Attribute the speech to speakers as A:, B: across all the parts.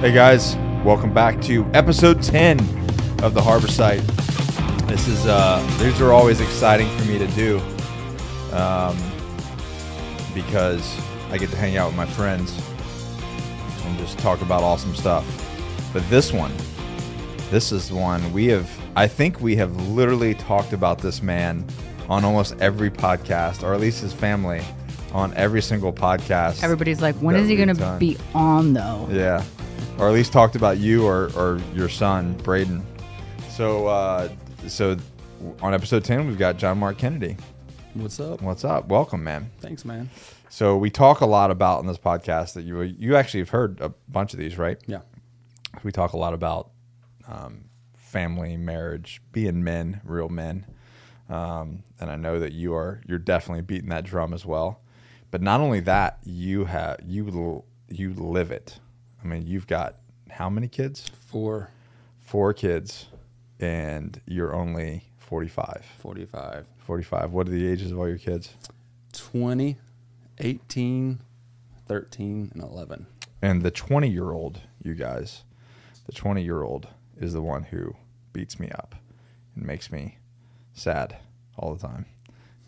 A: Hey guys, welcome back to episode 10 of the Harbor Site. This is uh these are always exciting for me to do. Um because I get to hang out with my friends and just talk about awesome stuff. But this one, this is the one we have I think we have literally talked about this man on almost every podcast, or at least his family on every single podcast.
B: Everybody's like, when
A: That
B: is he
A: would be
B: going to
A: done.
B: be on though?
A: Yeah, or at least talked about you or, or your son Braden. So uh, so on episode ten, we've got John Mark Kennedy.
C: What's up?
A: What's up? Welcome, man.
C: Thanks, man.
A: So we talk a lot about in this podcast that you you actually have heard a bunch of these, right?
C: Yeah.
A: We talk a lot about um, family, marriage, being men, real men, um, and I know that you are you're definitely beating that drum as well. But not only that, you have you l- you live it. I mean, you've got how many kids?
C: Four
A: Four kids, and you're only 45.
C: forty-five,
A: 45. What are the ages of all your kids?
C: twenty, eighteen, thirteen, and 11.
A: And the 20 year old, you guys, the 20 year old is the one who beats me up and makes me sad all the time.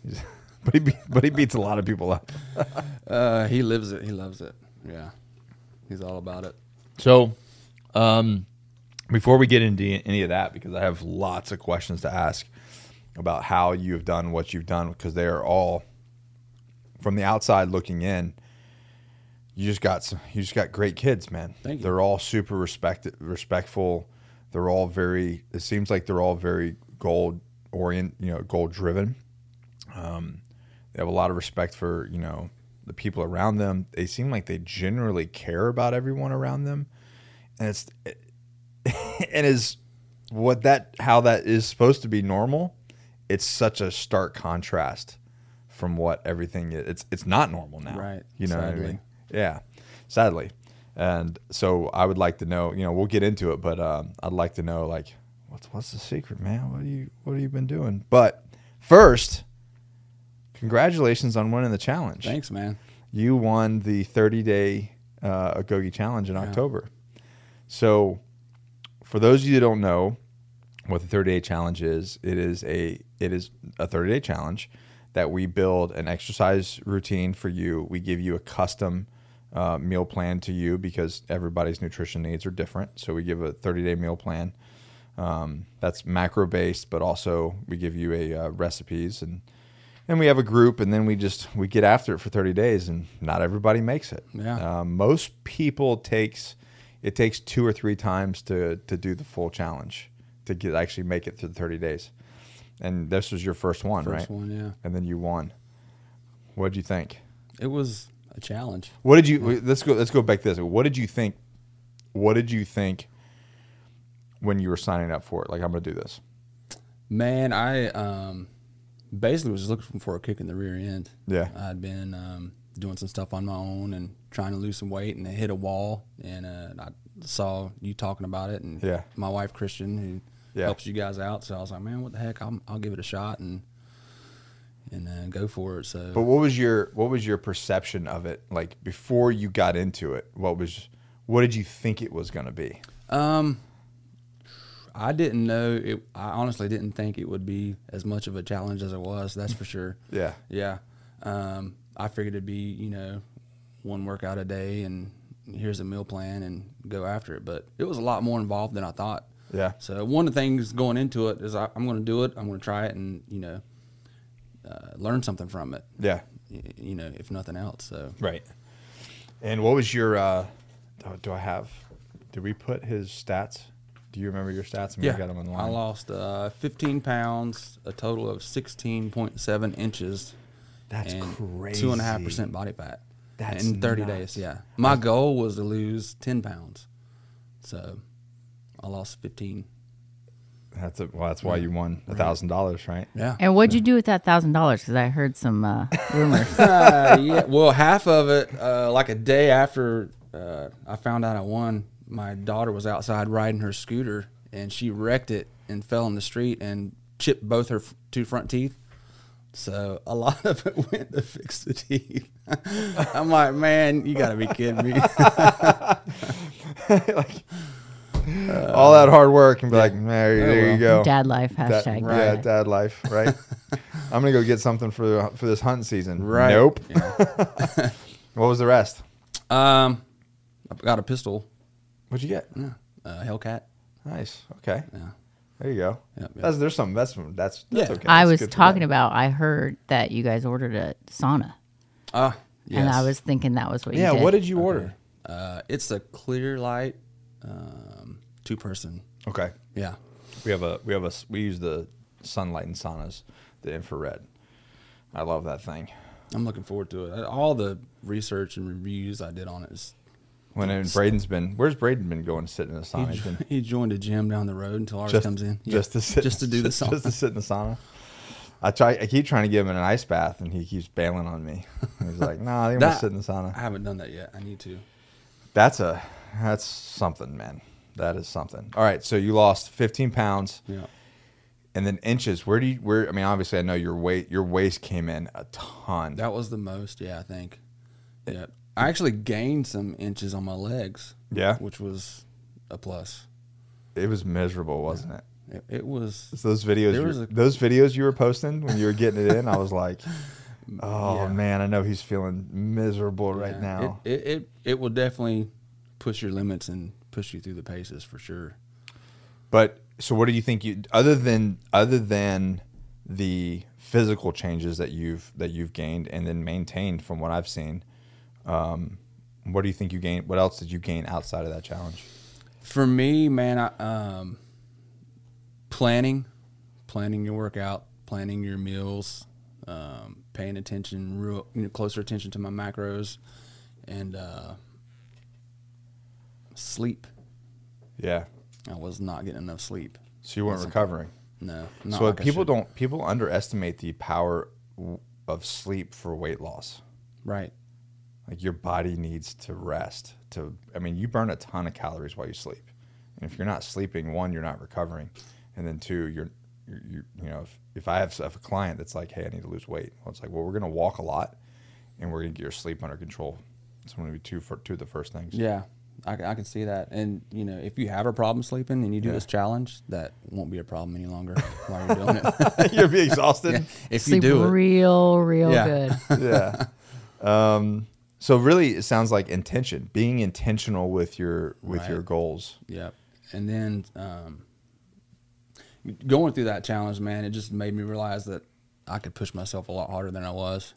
A: He's- but, he be, but he beats a lot of people up.
C: Uh, he lives it. He loves it. Yeah. He's all about it.
A: So, um, before we get into any of that, because I have lots of questions to ask about how you have done what you've done, because they are all from the outside looking in. You just got some, you just got great kids, man.
C: Thank you.
A: They're all super respect respectful. They're all very. It seems like they're all very goal orient, you know, goal driven. Um, they have a lot of respect for you know the people around them. They seem like they generally care about everyone around them, and it's and is what that how that is supposed to be normal. It's such a stark contrast from what everything is. It's it's not normal now,
C: Right,
A: You know what I
C: sadly.
A: mean? Yeah, sadly. And so I would like to know. You know, we'll get into it, but um, I'd like to know like what's what's the secret, man? What do you what have you been doing? But first congratulations on winning the challenge.
C: Thanks, man.
A: You won the 30 day uh, Agogi challenge in October. So, for those of you that don't know what the 30 day challenge is, it is a it is a 30 day challenge that we build an exercise routine for you. We give you a custom uh, meal plan to you because everybody's nutrition needs are different. So we give a 30 day meal plan um, that's macro based, but also we give you a uh, recipes and and we have a group, and then we just we get after it for 30 days, and not everybody makes it.
C: Yeah.
A: Um, most people takes it takes two or three times to to do the full challenge to get actually make it through the 30 days. And this was your first one,
C: First
A: right?
C: one, yeah.
A: And then you won. What did you think?
C: It was a challenge.
A: What did you? wait, Let's go. Let's go back to this. What did you think? What did you think when you were signing up for it? Like I'm going to do this.
C: Man, I um, basically was just looking for a kick in the rear end.
A: Yeah.
C: I'd been um, doing some stuff on my own and trying to lose some weight, and it hit a wall. And uh, I saw you talking about it, and
A: Yeah.
C: my wife Christian, who
A: Yeah.
C: helps you guys out, so I was like, man, what the heck? I'm, I'll give it a shot and and uh, go for it. So
A: But what was your what was your perception of it like before you got into it? What was what did you think it was going to be?
C: Um, I didn't know it. I honestly didn't think it would be as much of a challenge as it was. That's for sure.
A: Yeah.
C: Yeah. Um, I figured it'd be you know one workout a day and here's a meal plan and go after it. But it was a lot more involved than I thought.
A: Yeah.
C: So one of the things going into it is I, I'm going to do it. I'm going to try it and you know uh, learn something from it.
A: Yeah,
C: Y- You know, if nothing else. So
A: right. And what was your? Uh, do, do I have? Did we put his stats? Do you remember your stats? I mean, I got them
C: I
A: online.
C: lost uh, 15 pounds, a total of 16.7 inches.
A: That's
C: and
A: crazy.
C: Two and a half percent body fat.
A: That's
C: in 30
A: nuts.
C: days. Yeah. My goal was to lose 10 pounds, so I lost 15.
A: That's a, well. That's why you won a thousand dollars, right?
C: Yeah.
B: And what'd you do with that thousand dollars? Because I heard some uh, rumors.
C: Uh, yeah. Well, half of it, uh, like a day after uh, I found out I won, my daughter was outside riding her scooter and she wrecked it and fell in the street and chipped both her f- two front teeth. So a lot of it went to fix the teeth. I'm like, man, you gotta be kidding me.
A: like all that hard work and be like, there, there you go.
B: Dad life
A: Dad-
B: hashtag.
C: right.
A: Yeah, dad life, right? I'm gonna go get something for the, for this hunting season.
C: Right.
A: Nope. what was the rest?
C: Um, I got a pistol.
A: What'd you get?
C: Yeah, uh, Hellcat.
A: Nice. Okay.
C: Yeah.
A: There you go.
C: Yep, yep.
A: That's there's some that's that's that's
C: Yeah.
A: okay.
B: I
A: That's
B: was
A: good for
B: talking
A: that.
B: about. I heard that you guys ordered a sauna,
C: Ah, yes.
B: and I was thinking that was what
A: Yeah,
B: you did.
A: what did you order?
C: Uh, it's a clear light, um, two person.
A: Okay.
C: Yeah.
A: We have a we have a s- we use the sunlight in saunas, the infrared. I love that thing.
C: I'm looking forward to it. All the research and reviews I did on it is
A: When and Braden's been where's Braden been going to sit in the sauna? He's been
C: he joined a gym down the road until ours comes in. Yeah.
A: Just to sit,
C: Just to do the song.
A: Just to sit in the sauna. I try. I keep trying to give him an ice bath, and he keeps bailing on me. He's like, "Nah, I'm gonna
C: That-
A: sit in the
C: I
A: sauna."
C: haven't done that yet. I need to.
A: That's a that's something, man. That is something. All right, so you lost 15 pounds,
C: Yeah.
A: and then inches. Where do you? Where I mean, obviously, I know your weight. Your waist came in a ton.
C: That was the most, yeah, I think. Yeah. I actually gained some inches on my legs.
A: Yeah?
C: Which was a plus.
A: it was miserable, wasn't it?
C: It, it was
A: It's those videos.
C: There
A: you-
C: was a-
A: those videos you were posting when you were getting it in. I was like, "Oh
C: Mm, Yeah.
A: man, I know he's feeling miserable right
C: yeah,
A: now."
C: It, it it it will definitely push your limits and push you through the paces for sure.
A: But so, what do you think you other than other than the physical changes that you've that you've gained and then maintained from what I've seen? Um, what do you think you gained? What else did you gain outside of that challenge?
C: For me, man, I, um, planning, planning your workout, planning your meals, um, paying attention, real you know, closer attention to my macros, and uh, sleep.
A: Yeah.
C: I was not getting enough sleep.
A: So you weren't recovering.
C: No, not
A: so
C: like I
A: people
C: should.
A: don't people underestimate the power w- of sleep for weight loss.
C: right.
A: Like your body needs to rest. To I mean, you burn a ton of calories while you sleep, and if you're not sleeping, one, you're not recovering, and then two, you're you're, you you know if, if I have if a client that's like, hey, I need to lose weight, well, it's like, well, we're gonna walk a lot, and we're gonna get your sleep under control. It's gonna be two for two of the first things.
C: Yeah, I, I can see that. And you know, if you have a problem sleeping and you do
A: Yeah.
C: this challenge, that won't be a problem any longer while you're doing it.
A: You'll be exhausted.
C: if
B: Sleep
C: you do it,
B: real, real
C: Yeah.
B: good.
A: yeah. Um, so really, it sounds like intention, being intentional with your with
C: Right.
A: your goals.
C: Yep. And then um, going through that challenge, man, it just made me realize that I could push myself a lot harder than I was.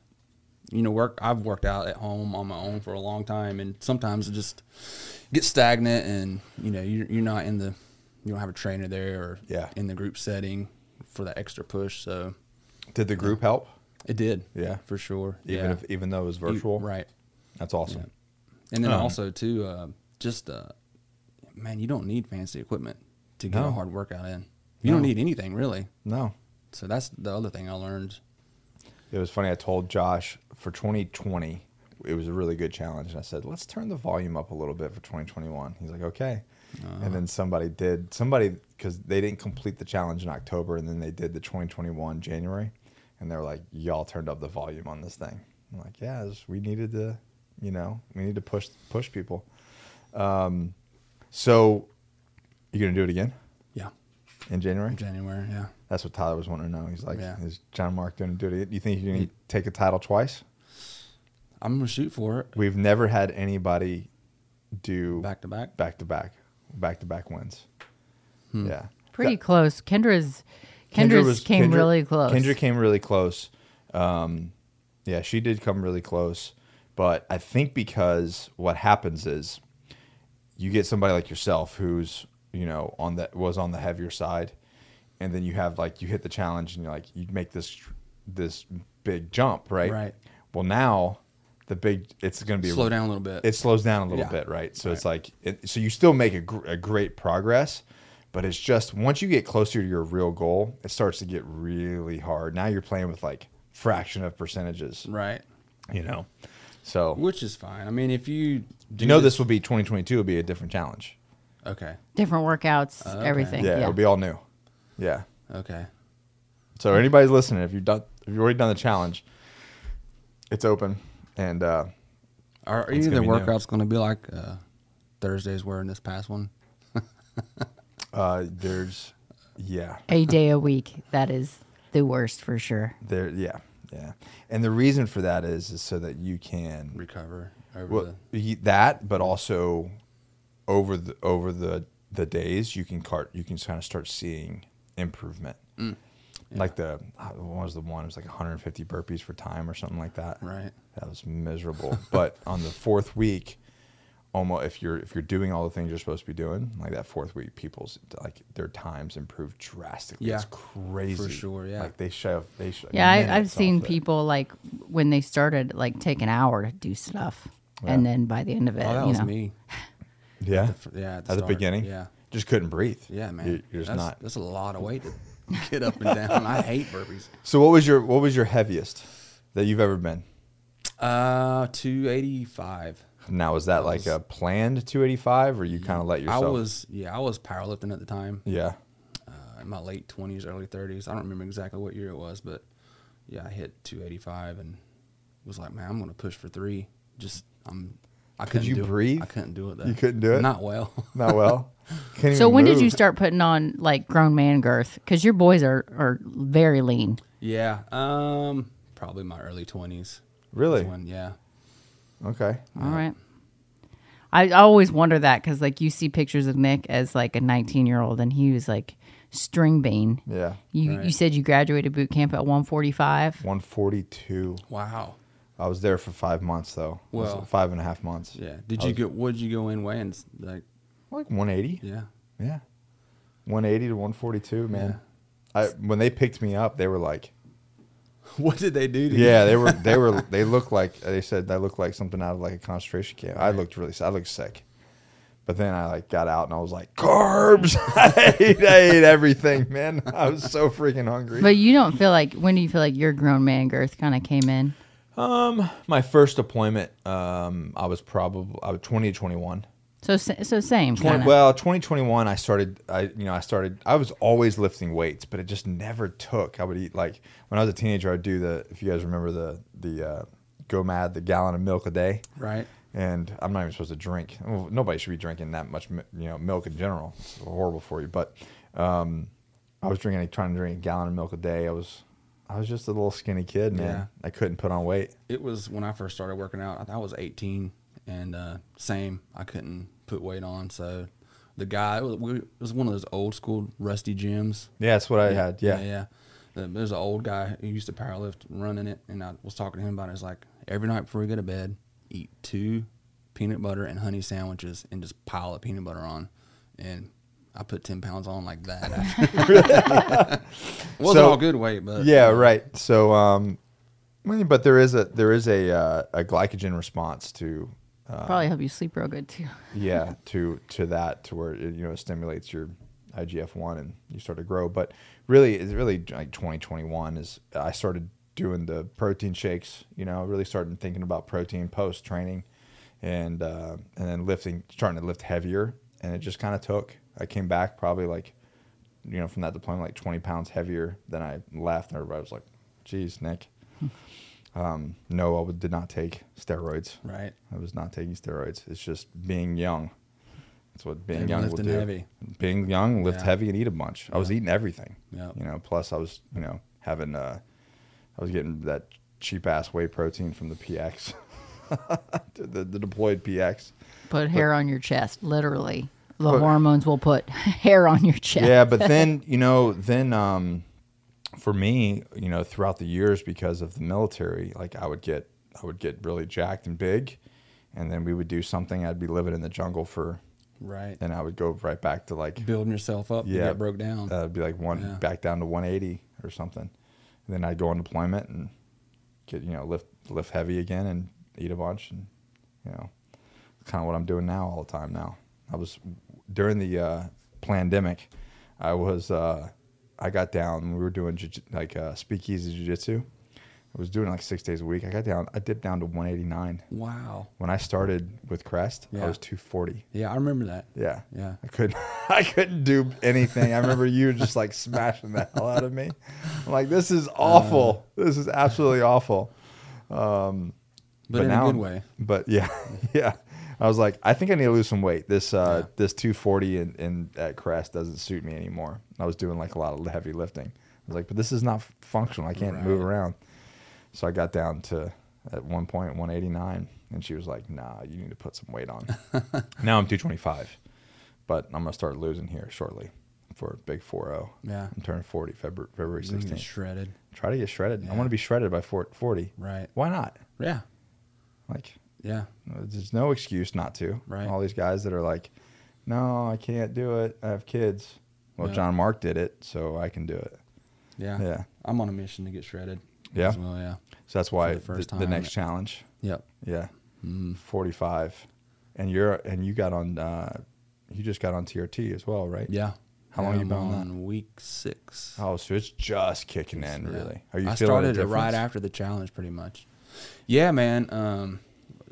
C: You know, work. I've worked out at home on my own for a long time, and sometimes it just gets stagnant, and you know, you're, you're not in the, you don't have a trainer there or
A: Yeah.
C: in the group setting for that extra push. So
A: Did the group help?
C: it did,
A: Yeah.
C: for sure.
A: Even
C: yeah.
A: if even though it was
C: You-
A: virtual,
C: right?
A: That's awesome.
C: And then
A: Um,
C: also too, uh, just uh, man, you don't need fancy equipment to get
A: No.
C: a hard workout in. You don't
A: No.
C: need anything really.
A: No,
C: So that's the other thing I learned.
A: it was funny. I told Josh for 2020, it was a really good challenge, and I said, "Let's turn the volume up a little bit for 2021." He's like, "Okay," and then somebody did somebody because they didn't complete the challenge in October, and then they did the 2021 January, and they were like, "Y'all turned up the volume on this thing." I'm like, "Yeah, it's- we needed to, you know, we need to push push people." Um, so you gonna do it again
C: Yeah,
A: in January?
C: in January. Yeah,
A: That's what Tyler was wanting to know. He's like,
C: Yeah.
A: is John Mark going to do it? You think you're going to take a title twice?
C: I'm gonna shoot for it
A: We've never had anybody do
C: back to back.
A: back to back, back to back wins.
C: Hmm.
A: Yeah,
B: Pretty close. Kendra's Kendra's came
A: Kendra-
B: really close.
A: Kendra came really close. Um, yeah, she did come really close, but I think because what happens is you get somebody like yourself who's you know on that was on the heavier side, and then you have like you hit the challenge and you're like you make this this big jump, right?
C: Right.
A: Well, now the big it's going to be
C: Slow down a little bit.
A: it slows down a little
C: Yeah.
A: bit, right? So it's like, it, so you still make a, gr- a great progress, but it's just once you get closer to your real goal, it starts to get really hard. Now you're playing with like fraction of percentages,
C: right,
A: you know? So
C: which is fine. I mean, if you do
A: you know this will be 2022 will be a different challenge.
C: okay,
B: Different workouts,
C: okay.
B: everything.
A: Yeah,
B: Yeah.
A: it'll be all new. Yeah.
C: okay,
A: So anybody's listening, if you've done, if you've already done the challenge, it's open, and uh,
C: are
A: It's
C: either
A: gonna be new.
C: workouts gonna be like uh, Thursdays were in this past one.
A: Uh, there's, yeah,
B: a day a week. That is the worst for sure.
A: there, yeah, yeah. And the reason for that is, is so that you can
C: Recover over
B: uh,
A: Well, ye- that, but also over the over the the days, you can cart you can kind of start seeing improvement.
C: Mm.
A: Like the uh, what was the one? It was like 150 burpees for time or something like that.
C: Right.
A: That was miserable. but on the fourth week, almost if you're if you're doing all the things you're supposed to be doing, like that fourth week, people's like their times improve drastically.
C: Yeah.
A: It's crazy.
C: sure, yeah.
A: Like they shove. They shove
B: Yeah, I, I've
A: minutes
B: seen
A: off it.
B: people like when they started like take an hour to do stuff, and
A: Yeah.
B: then by the end of it,
C: the. Oh, that
B: you
C: was
B: know,
C: me.
A: Yeah.
C: the fr- yeah, at the
A: At the
C: start,
A: beginning.
C: yeah.
A: Just couldn't breathe.
C: Yeah, man.
A: You're, you're just
C: that's,
A: not.
C: That's a lot of weight to get up and down. I hate burpees.
A: So what was your what was your heaviest that you've ever been?
C: Uh, 285.
A: Now was that like a planned 285 or you kind of let yourself?
C: I was, yeah, I was powerlifting at the time.
A: Yeah.
C: uh, in my late 20s, early 30s. I don't remember exactly what year it was, but yeah, I hit 285 and was like, man, I'm going to push for three. Just, I'm, I couldn't
A: you
C: do it.
A: breathe?
C: I couldn't do it. Though.
A: You couldn't do it?
C: Not well.
A: Not well. Can't
B: So
A: even
B: when did you
A: move.
B: start putting on like grown man girth? Because your boys are are very lean.
C: yeah. Um, probably my early 20s. is
A: Really?
C: When, yeah.
A: Okay.
B: All right. I I always wonder that because like you see pictures of Nick as like a 19 year old and he was like string bean.
A: Yeah.
B: You you said you graduated boot camp at 145.
A: 142.
C: Wow.
A: I was there for five months though. It was
C: Well-
A: five and a half months.
C: Yeah. Did
A: I
C: you
A: was-
C: get, what did you go in weighing? S- Like,
A: like 180?
C: yeah.
A: Yeah. 180 to 142, man. I when they picked me up, they were like,
C: What did they do to you?
A: yeah, they were they were they looked like they said they looked like something out of like a concentration camp. I looked really I looked sick. But then I like got out and I was like, carbs. I ate, I ate everything, man. I was so freaking hungry.
B: But you don't feel like when do you feel like your grown man girth kind of came in?
A: Um, my first deployment, um, I was probably I was 20 to 21.
B: So sa- so same.
A: Twen-
B: kinda.
A: well, 2021, I started. I you know I started. I was always lifting weights, but it just never took. I would eat like when I was a teenager. I'd do the if you guys remember the the uh, go mad the gallon of milk a day.
C: Right.
A: and I'm not even supposed to drink. Well, nobody should be drinking that much, mi- you know, milk in general. It's horrible for you. But um, I was drinking, trying to drink a gallon of milk a day. I was, I was just a little skinny kid, man.
C: Yeah.
A: I couldn't put on weight.
C: It was when I first started working out. I, I was 18, and uh, same, I couldn't put weight on. So the guy, it was, we- it was one of those old school rusty gyms.
A: Yeah, that's what I had. Yeah,
C: yeah. The- There's an old guy who used to powerlift, running it, and I was talking to him about it. It's like every night before we go to bed, eat two peanut butter and honey sandwiches, and just pile of peanut butter on, and. I put ten pounds on like that. Wasn't
A: So-
C: all good weight, but
A: yeah, right. So, um, I mean, but there is a there is a uh, a glycogen response to, uh,
B: probably help you sleep real good too.
A: yeah, to to that to where it, you know it stimulates your IGF one and you start to grow. But really, it's really like 2021 is I started doing the protein shakes. You know, really started thinking about protein post training, and uh, and then lifting, starting to lift heavier, and it just kind of took. I came back probably like, you know, from that deployment like 20 pounds heavier than I left, and everybody was like, "Geez, Nick." Um, no, I would- did not take steroids.
C: Right.
A: I was not taking steroids. It's just being young. That's what being
C: And
A: young will
C: lifting
A: do.
C: heavy.
A: Being young, lift
C: Yeah.
A: heavy and eat a bunch. I was eating everything.
C: Yeah.
A: You know, plus I was, you know, having uh I was getting that cheap ass whey protein from the PX. the, the deployed PX.
B: Put hair on your chest, literally. The hormones will put hair on your chest.
A: yeah but then you know then um for me you know throughout the years because of the military like i would get i would get really jacked and big and then we would do something i'd be living in the jungle for
C: right.
A: and i would go right back to like
C: building yourself up. Yeah,
A: yeah
C: get broke down.
A: uh, it'd be like one
C: Yeah.
A: back down to 180 or something and then i'd go on deployment and get you know lift lift heavy again and eat a bunch and you know kind of what i'm doing now all the time now i was during the uh pandemic i was uh i got down we were doing jiu- like uh speakeasy jiu-jitsu i was doing like six days a week i got down i dipped down to 189
C: wow.
A: when i started with crest i
C: Yeah.
A: was 240
C: Yeah, I remember that.
A: yeah.
C: Yeah.
A: I couldn't I couldn't do anything. I remember you just like smashing the hell out of me. I'm like, this is awful. this is absolutely awful.
C: But, in
A: now-
C: a good way.
A: But yeah, yeah. I was like, I think I need to lose some weight. This uh, this 240 and, and at crest doesn't suit me anymore. I was doing like a lot of heavy lifting. I was like, but this is not functional. I can't move around. So I got down to at one point 189, and she was like, Nah, you need to put some weight on. now I'm 225, but I'm gonna start losing here shortly for big 40.
C: Yeah.
A: I'm turning 40 February February
C: You can get
A: 16th.
C: shredded.
A: Try to get shredded. I want to be shredded by 40.
C: Right.
A: Why not?
C: Yeah.
A: Like
C: Yeah.
A: there's no excuse not to.
C: Right.
A: All these guys that are like, no, I can't do it. I have kids. Well,
C: Yeah.
A: John Mark did it, so I can do it.
C: Yeah.
A: Yeah.
C: I'm on a mission to get shredded.
A: Yeah?
C: As well, yeah.
A: So that's why
C: the
A: the,
C: first
A: the
C: time.
A: next challenge.
C: Yep. Mm-hmm.
A: Yeah. 45. And you're and you got on uh you just got on TRT as well, right?
C: Yeah.
A: How long
C: Yeah,
A: you been
C: I'm
A: on that?
C: Week six.
A: Oh, so it's just kicking in,
C: Yeah.
A: really. Are you
C: I
A: feeling
C: started
A: a
C: it right
A: difference?
C: after the challenge, pretty much. Yeah, man. Um,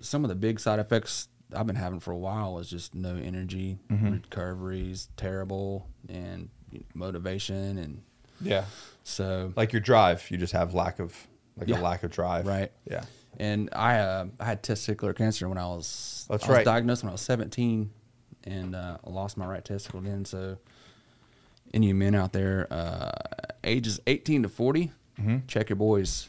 C: some of the big side effects I've been having for a while is just no energy,
A: Mm-hmm.
C: recoveries terrible, and motivation, and
A: Yeah.
C: so
A: Like your drive, you just have lack of like
C: Yeah.
A: a lack of drive.
C: Right.
A: Yeah.
C: And I uh, I had testicular cancer when I was
A: That's
C: I was
A: right.
C: diagnosed when I was 17, and uh, I lost my right testicle again. So, any men out there, uh, ages 18 to 40, check your boys.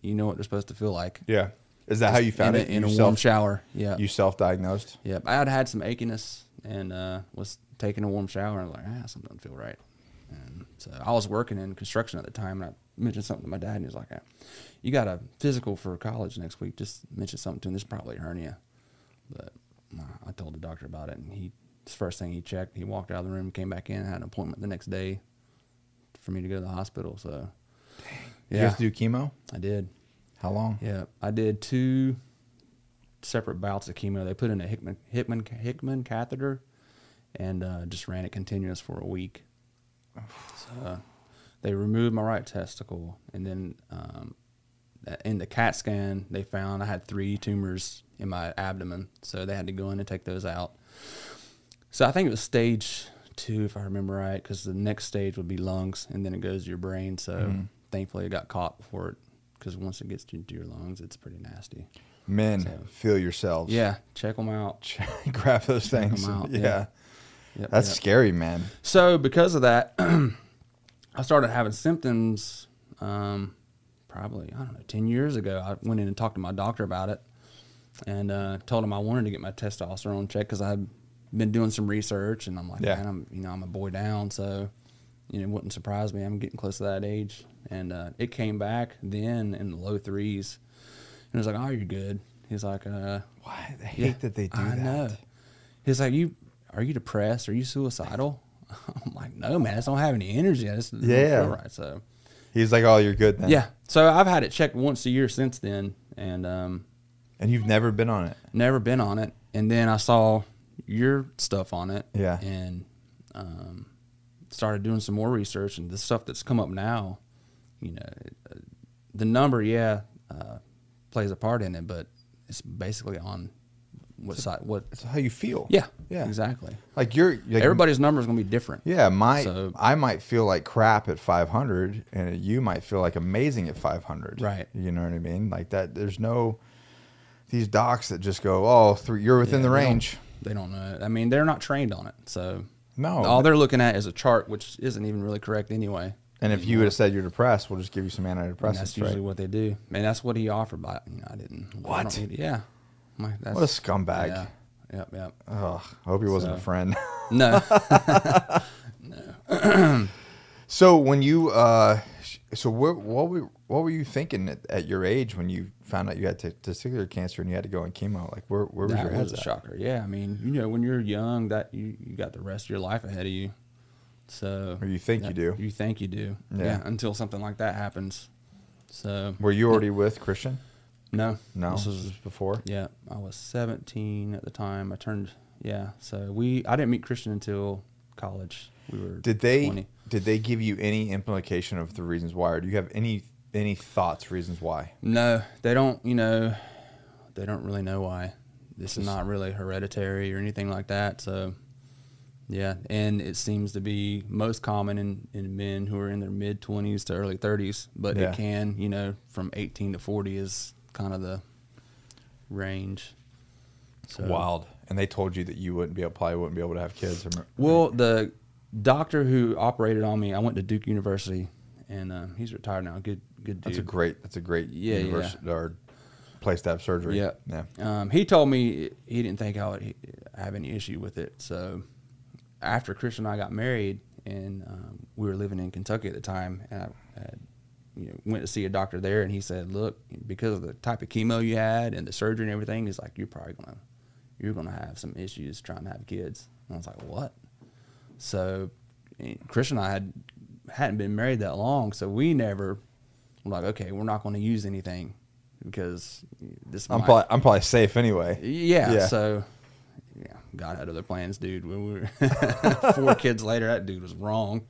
C: You know what they're supposed to feel like.
A: Mm-hmm. Yeah. Is that how you found
C: in
A: it?
C: a, in a
A: You
C: warm
A: self-
C: shower? Yeah.
A: You self diagnosed?
C: Yep. I had had some achiness and uh, was taking a warm shower and I was like, ah, something doesn't feel right. And so I was working in construction at the time and I mentioned something to my dad and he was like, ah, you got a physical for college next week. Just mention something to him. This is probably a hernia. But uh, I told the doctor about it and he, his first thing he checked, he walked out of the room, came back in, had an appointment the next day for me to go to the hospital. So
A: You
C: yeah,
A: have to do chemo?
C: I did.
A: How long?
C: Yeah, I did two separate bouts of chemo. They put in a Hickman Hickman Hickman catheter, and uh, just ran it continuous for a week. So uh, they removed my right testicle, and then um, in the CAT scan, they found I had three tumors in my abdomen. So they had to go in and take those out. So I think it was stage two, if I remember right, because the next stage would be lungs, and then it goes to your brain. So thankfully, it got caught before it, because once it gets into your lungs, it's pretty nasty.
A: Men,
C: So-
A: feel yourselves.
C: Yeah, check them out.
A: Grab those things.
C: them out,
A: Yeah.
C: yeah. Yep,
A: That's
C: yep.
A: scary, man.
C: So because of that, I started having symptoms. Um, probably I don't know, ten years ago. I went in and talked to my doctor about it, and uh, told him I wanted to get my testosterone checked because I'd been doing some research, and I'm like,
A: Yeah.
C: man, I'm you know I'm a boy down, so you know it wouldn't surprise me. I'm getting close to that age, and uh, it came back then in the low threes, and it was like, oh, you're good. He's like, uh,
A: Why? I hate
C: yeah,
A: that they do
C: I
A: that.
C: Know. He's like, "You are you depressed? Are you suicidal?" I'm like, "No, man. I just don't have any energy. I just don't
A: Yeah.
C: feel right." So
A: He's like, oh, you're good then.
C: yeah. So I've had it checked once a year since then, and um,
A: And you've never been on it.
C: never been on it. And then I saw your stuff on it,
A: Yeah.
C: and um, started doing some more research and the stuff that's come up now. You know, it- uh, the number, yeah, uh, plays a part in it, but it's basically on what side, what
A: It's how you feel.
C: yeah.
A: Yeah.
C: Exactly.
A: Like you're. Like,
C: Everybody's number is going to be different.
A: Yeah, my
C: So-
A: I might feel like crap at 500, and you might feel like amazing at 500.
C: Right.
A: You know what I mean? Like that. There's no these docs that just go, oh, three, you're within the
C: They don't-
A: range.
C: They don't, know. it. I mean, they're not trained on it. So
A: No.
C: all they're looking at is a chart, which isn't even really correct anyway.
A: And if you would have said you're depressed, we'll just give you some antidepressants.
C: And that's usually
A: right?
C: what they do. And that's what he offered, but you know, I didn't. I
A: What?
C: don't need it. yeah. I'm like, that's,
A: What a scumbag. Uh,
C: Yeah. Yep. Yep.
A: Ugh, I hope he wasn't a
C: So-
A: friend.
C: No.
A: so when you, uh, sh- so what, what were what were you thinking at, at your age when you found out you had t- testicular cancer and you had to go on chemo? Like where where was your
C: that
A: head
C: was a
A: at?
C: shocker. Yeah. I mean, you know, when you're young, that you, you got the rest of your life ahead of you. So
A: Or you think you do.
C: You think you do.
A: Yeah.
C: yeah. Until something like that happens. So
A: Were you already with Christian?
C: no.
A: No,
C: This was
A: before.
C: Yeah, I was 17 at the time. I turned yeah. So we I didn't meet Christian until college. We were
A: Did they
C: 20.
A: did they give you any implication of the reasons why, or do you have any any thoughts reasons why?
C: No, they don't. You know, they don't really know why. This is not really hereditary or anything like that. So yeah, and it seems to be most common in in men who are in their mid 20s to early 30s, but
A: Yeah.
C: it can you know from 18 to 40 is kind of the range. So,
A: Wild. And they told you that you wouldn't be able, probably wouldn't be able to have kids. Or,
C: Well, the doctor who operated on me, I went to Duke University, and uh, he's retired now. Good, good dude.
A: that's a great. That's a great
C: Yeah, yeah.
A: university or place to have surgery.
C: Yeah.
A: Yeah.
C: Um, he told me he didn't think I would he- have any issue with it. So after Christian and I got married, and um, we were living in Kentucky at the time, and I, I you know, went to see a doctor there, and he said, "Look, because of the type of chemo you had and the surgery and everything, he's like, you're probably gonna you're gonna have some issues trying to have kids." And I was like, "What?" So and Christian and I had hadn't been married that long, so we never were like, okay, we're not going to use anything because this
A: I'm
C: might-
A: probably, I'm probably safe anyway.
C: yeah,
A: Yeah.
C: So, yeah, God had other plans, dude. When we were four kids later, that dude was wrong.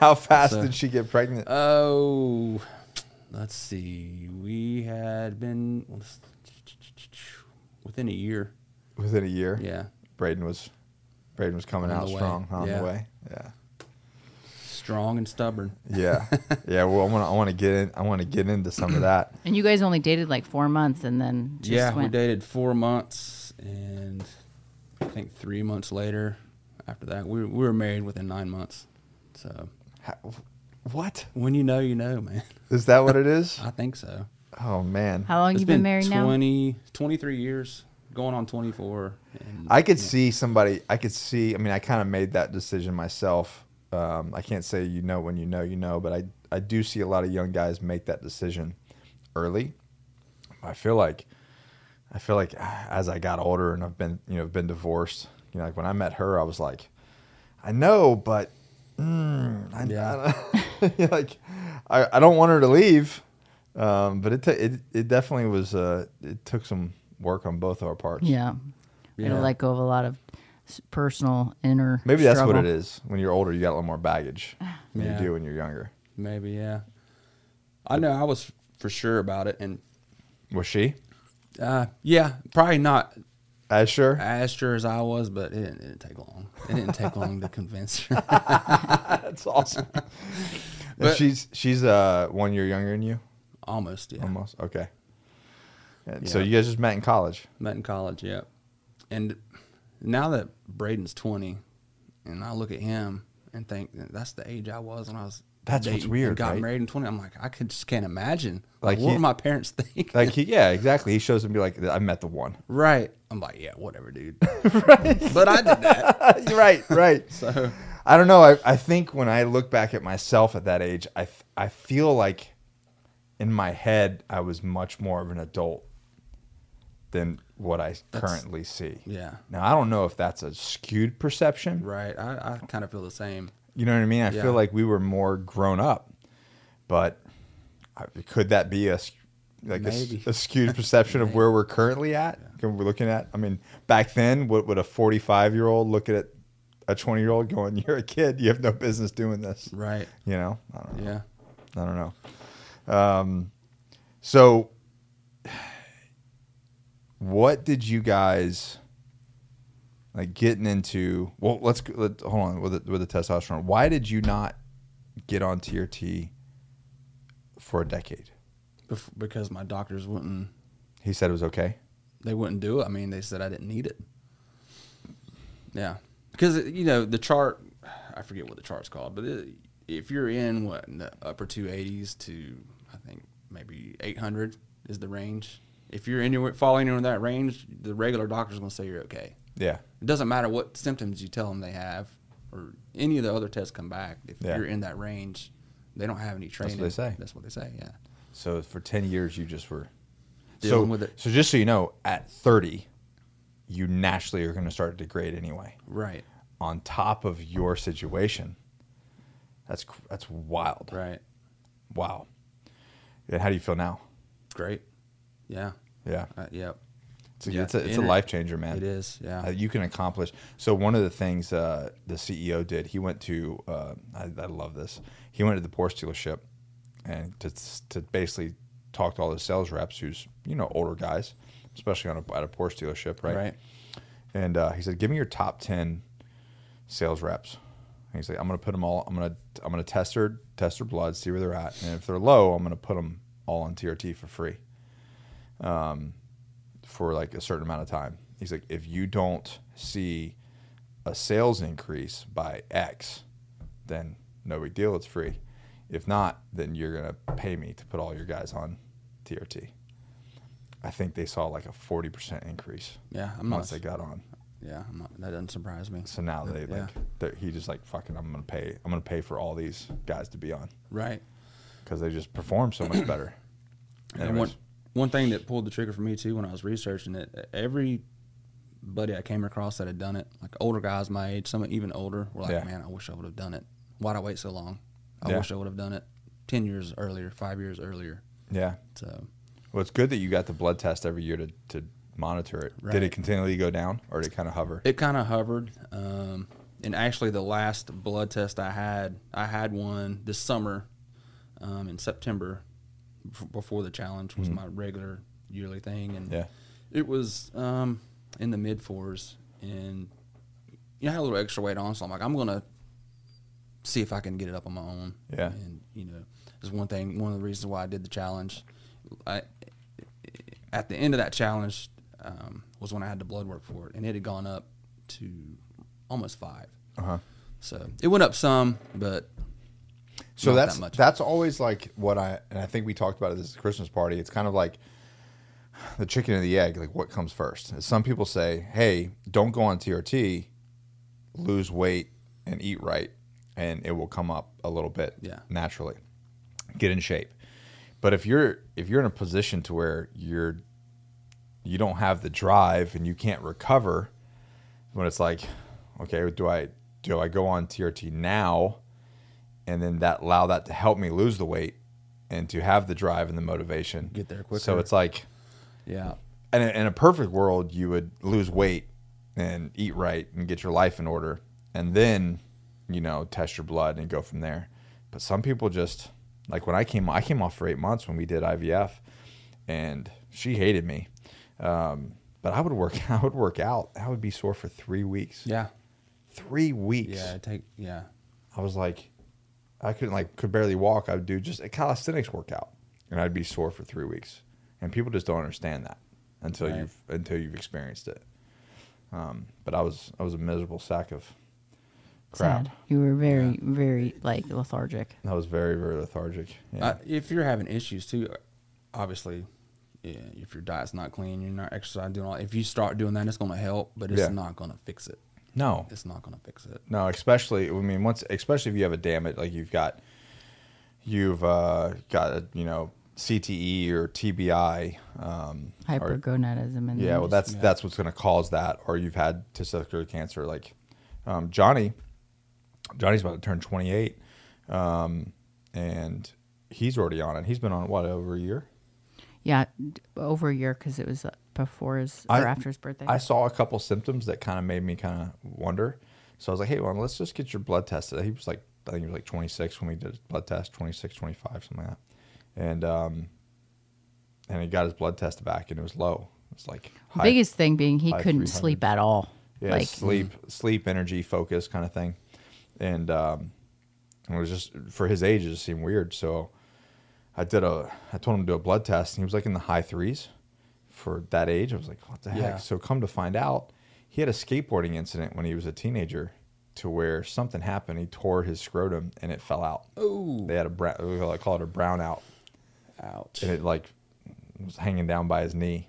A: How fast
C: So-
A: did she get pregnant?
C: uh, Oh, let's see. We had been let's- within a year.
A: Within a year.
C: Yeah,
A: Braden was, Braden was coming
C: On
A: out
C: the way.
A: strong on
C: Yeah.
A: the way. Yeah.
C: strong and stubborn.
A: Yeah. yeah. Well, I want to, I want to get in, I want to get into some of that.
B: And you guys only dated like four months and then just
C: yeah, we
B: went.
C: dated four months, and I think three months later, after that, we we were married within nine months. So
A: How, what?
C: when you know, you know, man.
A: Is that what it is?
C: I think so.
A: Oh man.
B: How long
C: It's
B: you been, married
C: 20, 23 years, going on 24. And
A: I could see somebody. I could see. I mean, I kind of made that decision myself. Um, I can't say you know when you know you know, but I I do see a lot of young guys make that decision early. I feel like I feel like ah, as I got older and I've been you know been divorced. You know, like when I met her, I was like, I know, but mm, I,
C: Yeah.
A: I don't- like I, I don't want her to leave. Um, but it, ta it it definitely was uh, it took some work on both our parts.
B: now? Yeah. yeah.
C: Yeah.
B: It'll let go of a lot of s- personal inner.
A: Maybe that's what it
B: struggle.
A: is. When you're older, you got a little more baggage than
C: Yeah.
A: you do when you're younger.
C: maybe, yeah. I know I was for sure about it. And
A: Was she?
C: uh, yeah, probably not
A: As sure?
C: as sure as I was, but it didn't, it didn't take long. It didn't take long to convince her.
A: That's awesome. And
C: But-
A: she's she's uh one year younger than you,
C: Almost, yeah.
A: almost. Okay. And So
C: Yeah.
A: you guys just met in college.
C: Met in college, yeah. And now that Braden's 20, and I look at him and think that's the age I was when I was.
A: That's what's
C: dating and
A: weird,
C: Got
A: right?
C: married in 20. I'm like, I could just can't imagine.
A: Like
C: Like, what
A: he-
C: would my parents think?
A: Like he, yeah, exactly. He shows up and be like, I met the one.
C: Right. I'm like, yeah, whatever, dude. But I did that.
A: You're right, right.
C: So
A: I don't know. I, I think when I look back at myself at that age, I f- I feel like in my head I was much more of an adult than what I currently see.
C: yeah.
A: Now I don't know if that's a skewed perception.
C: Right. I, I kind of feel the same.
A: You know what I mean? I
C: Yeah.
A: feel like we were more grown up, but I, could that be a s- like a, s-
C: Maybe.
A: a skewed perception of where we're currently at? Can We're looking at. I mean, back then, what would a forty-five-year-old look at a twenty-year-old going, "You're a kid. You have no business doing this."
C: Right.
A: You know? I don't know.
C: Yeah.
A: I don't know. Um, so, what did you guys like getting into? Well, let's go- let, hold on with the, with the testosterone. Why did you not get on TRT for a decade?
C: Bef- because my doctors wouldn't,
A: He said it was okay.
C: they wouldn't do it. I mean, they said I didn't need it. Yeah. Because, you know, the chart, I forget what the chart's called, but it, if you're in what, in the upper 280s to, I think, maybe 800 is the range. If you're anywhere, fall anywhere in that range, the regular doctor's going to say you're okay.
A: Yeah,
C: It doesn't matter what symptoms you tell them they have or any of the other tests come back. If
A: Yeah.
C: you're in that range, they don't have any
A: what
C: training.
A: they say.
C: That's what they say, yeah.
A: So for ten years, you just were
C: Dealing
A: so.
C: with it.
A: So just so you know, at thirty, you naturally are going to start to degrade anyway.
C: Right,
A: On top of your situation, that's cr- that's wild.
C: right.
A: Wow. And how do you feel now?
C: Great. Yeah.
A: Yeah,
C: Uh, yep.
A: it's a,
C: Yeah.
A: It's, a, it's a
C: Inter-
A: life changer, man.
C: It is, yeah.
A: Uh, you can accomplish. So one of the things uh, the CEO did, he went to. Uh, I, I love this. He went to the Porsche dealership, and to to basically talk to all the sales reps, who's you know older guys, especially on a, at a Porsche dealership, right?
C: Right.
A: And uh, he said, "Give me your top ten sales reps." And he's like, "I'm going to put them all. I'm going to I'm going to test their test their blood, see where they're at, and if they're low, I'm going to put them all on TRT for free." Um, for like a certain amount of time. He's like, if you don't see a sales increase by X, then no big deal, it's free. If not, then you're gonna pay me to put all your guys on TRT. I think they saw like a forty percent increase
C: Yeah, I'm
A: once
C: not.
A: they got on.
C: yeah, I'm not, that doesn't surprise me.
A: So now they
C: Yeah.
A: like they're he just like fucking. I'm gonna pay. I'm gonna pay for all these guys to be on
C: Right.
A: because they just perform so much better.
C: And one,
A: Anyways.
C: one thing that pulled the trigger for me too when I was researching it, everybody I came across that had done it, like older guys my age, some even older, were like,
A: Yeah.
C: "Man, I wish I would have done it. Why'd I wait so long? I
A: Yeah.
C: wish I would have done it ten years earlier, five years earlier."
A: Yeah.
C: So
A: Well, it's good that you got the blood test every year to, to monitor it.
C: Right.
A: Did it continually go down or did it kind of hover?
C: it kind of hovered. Um, and actually, the last blood test I had, I had one this summer um, in September bef- before the challenge was my regular yearly thing, and
A: Mm-hmm. yeah.
C: It was um, in the mid fours, and you know, I had a little extra weight on, so I'm like, I'm gonna see if I can get it up on my own.
A: Yeah.
C: and you know, it's one thing, one of the reasons why I did the challenge. I at the end of that challenge um, was when I had the blood work for it, and it had gone up to almost five.
A: Uh huh.
C: So it went up some, but
A: So
C: Not
A: that's
C: that much.
A: that's always like what I and I think we talked about it this Christmas party. It's kind of like the chicken and the egg. Like what comes first? And Some people say, "Hey, don't go on TRT, lose weight and eat right, and it will come up a little bit
C: Yeah.
A: naturally. Get in shape." But if you're if you're in a position to where you're you don't have the drive and you can't recover, when it's like, okay, do I do I go on TRT now? and then that allow that to help me lose the weight and to have the drive and the motivation
C: Get there
A: So
C: quicker.
A: it's like,
C: yeah,
A: and in in a perfect world, you would lose weight and eat right and get your life in order, and then you know test your blood and go from there. But some people just like when I came, I came off for eight months when we did IVF, and she hated me. Um, but I would work, I would work out. I would be sore for three weeks.
C: yeah,
A: Three weeks.
C: yeah. I Take yeah,
A: I was like, I couldn't like could barely walk. I'd do just a calisthenics workout, and I'd be sore for three weeks. And people just don't understand that until
C: Right.
A: you've until you've experienced it. Um, but I was I was a miserable sack of crap.
B: Sad. You were very, very like lethargic.
A: I was very very lethargic. Yeah,
C: Uh, if you're having issues too, obviously, yeah, if your diet's not clean, you're not exercising, doing all. If you start doing that, it's going to help, but it's
A: Yeah.
C: not going to fix it.
A: no,
C: It's not going to fix it.
A: no. Especially I mean once especially if you have a damage like you've got you've uh, got a, you know CTE or TBI um, or
B: Hypergonadism and
A: Yeah, well, that's that's what's going to cause that, or you've had testicular cancer. Like um, Johnny, Johnny's about to turn 28, um, and he's already on it. He's been on it, what over a year.
B: yeah d- over a year because it was uh, before his
A: I-
B: or after his birthday.
A: I saw a couple symptoms that kind of made me kind of wonder. So I was like, hey, well, let's just get your blood tested. He was like, I think he was like 26 when we did his blood test, 26, 25, something like that. And um, and he got his blood test back, and it was low. It was like high-
B: Biggest thing being he
A: high
B: couldn't sleep at all.
A: yeah,
B: like
A: sleep, sleep, energy, focus, kind of thing. And um, it was just for his age, it just seemed weird. So I did a, I told him to do a blood test, and he was like in the high threes for that age. I was like, what the heck?
C: Yeah.
A: So come to find out, he had a skateboarding incident when he was a teenager, to where something happened. He tore his scrotum and it fell out.
C: Ooh.
A: They had a brown, I call it a brownout,
C: Ouch.
A: and it like was hanging down by his knee,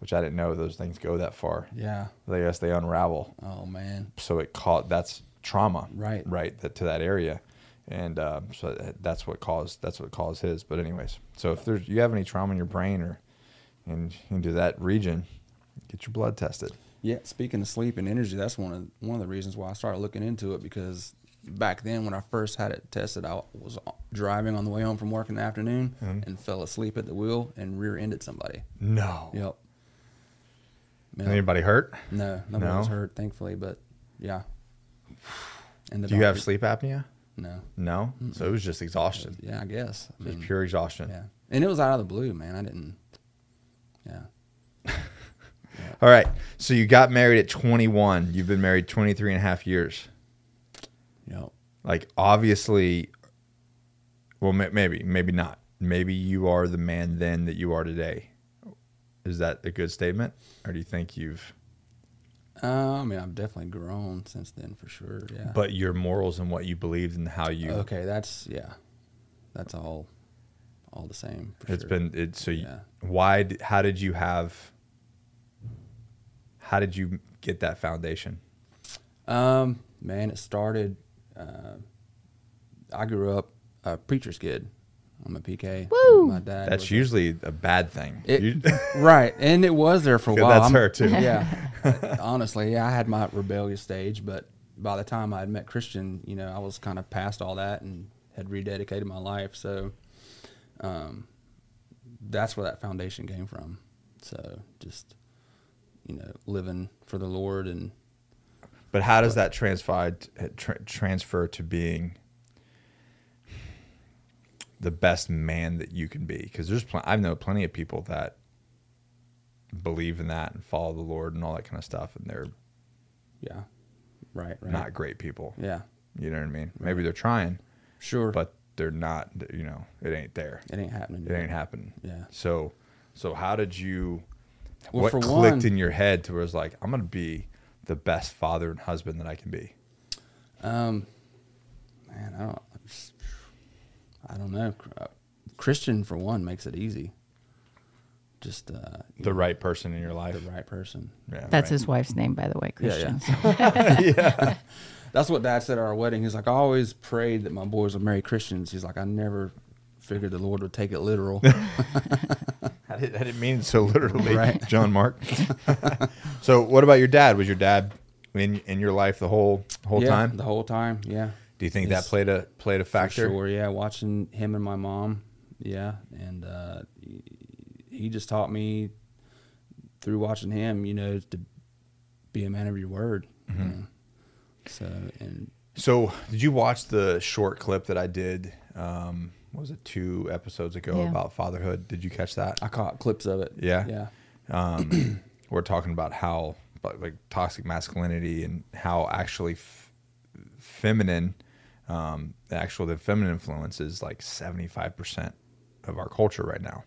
A: which I didn't know those things go that far.
C: yeah.
A: I guess they unravel
C: Oh, man.
A: so it caught that's trauma
C: Right.
A: right that, to that area and um, so that- that's what caused that's what caused his but anyways so if there's you have any trauma in your brain or in into that region get your blood tested
C: Yeah. Speaking of sleep and energy, that's one of one of the reasons why I started looking into it because back then when I first had it tested, I was driving on the way home from work in the afternoon
A: Mm-hmm.
C: and fell asleep at the wheel and rear-ended somebody.
A: no
C: Yep. Yep.
A: anybody hurt
C: No, nobody was
A: No?
C: hurt, thankfully, but yeah. And the
A: do you have
C: doctor-
A: sleep apnea
C: No.
A: no so it was just exhaustion
C: Yeah, I guess. I
A: just
C: mean,
A: pure exhaustion
C: yeah. And it was out of the blue, man. I didn't. Yeah.
A: all right so you got married at 21 you've been married 23 and a half years
C: Yep.
A: like obviously well ma- maybe maybe not maybe you are the man then that you are today Is that a good statement, or do you think you've?
C: Uh, I mean, I've definitely grown since then for sure. Yeah.
A: But your morals and what you believed and how you.
C: okay, that's yeah, that's all, all the same. For
A: It's
C: sure.
A: been it. So you,
C: Yeah.
A: why? d- How did you have? How did you get that foundation?
C: Um, man, it started. Uh, I grew up a preacher's kid. I'm a PK.
B: Woo!
C: My dad.
A: That's
C: was-
A: usually a bad thing.
C: It-
A: You-
C: right, and it was there for a
A: Yeah,
C: while.
A: that's
C: I'm-
A: her too.
C: Yeah, honestly, yeah, I had my rebellious stage, but by the time I had met Christian, you know, I was kind of past all that and had rededicated my life. So, um, that's where that foundation came from. So just, you know, living for the Lord and
A: But how does that transfer tra- transfer to being the best man that you can be? Because there's pl- I've known plenty of people that believe in that and follow the Lord and all that kind of stuff, and they're
C: yeah, right, right,
A: not great people.
C: yeah,
A: You know what I mean? Maybe they're trying,
C: sure,
A: but they're not. You know, it ain't there.
C: it ain't happening.
A: It ain't happening.
C: Yeah.
A: So, so how did you?
C: Well,
A: what
C: for
A: clicked
C: one-
A: in your head to where it's like I'm gonna be the best father and husband that I can be?
C: Um, man, I don't, I just- I don't know. Uh, Christian for one makes it easy. Just uh, you
A: The
C: know,
A: right person in your life.
C: the right person.
A: Yeah,
B: That's
A: right.
B: his wife's name, by the way,
C: Yeah, yeah.
B: Christian.
C: That's what Dad said at our wedding. He's like, I always prayed that my boys would marry Christians. He's like, I never figured the Lord would take it literal.
A: I didn't, I didn't mean so literally,
C: Right.
A: John Mark. so, what about your dad? Was your dad in in your life the whole whole
C: yeah,
A: time?
C: the whole time. Yeah.
A: Do you think
C: He's-
A: that played a played a
C: For
A: factor?
C: Sure, yeah. Watching him and my mom, yeah, and uh, he- he just taught me through watching him, you know, to be a man of your word. you
A: Mm-hmm.
C: know. So and
A: So, did you watch the short clip that I did? Um, what was it two episodes ago
B: Yeah.
A: about fatherhood? Did you catch that?
C: I caught clips of it.
A: Yeah?
C: yeah,
A: um, we're talking about how about, like toxic masculinity and how actually f- feminine um, the actual the feminine influence is like 75% of our culture right now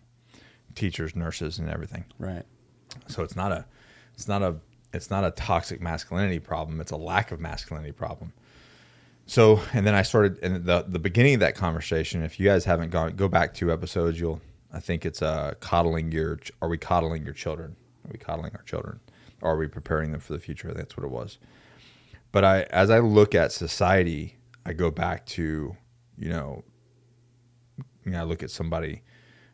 A: teachers nurses and everything
C: right.
A: so it's not a it's not a it's not a toxic masculinity problem it's a lack of masculinity problem so and then i started and the the beginning of that conversation if you guys haven't gone go back two episodes you'll i think it's uh coddling your ch- are we coddling your children are we coddling our children are we preparing them for the future that's what it was but i as i look at society i go back to you know you know, I look at somebody,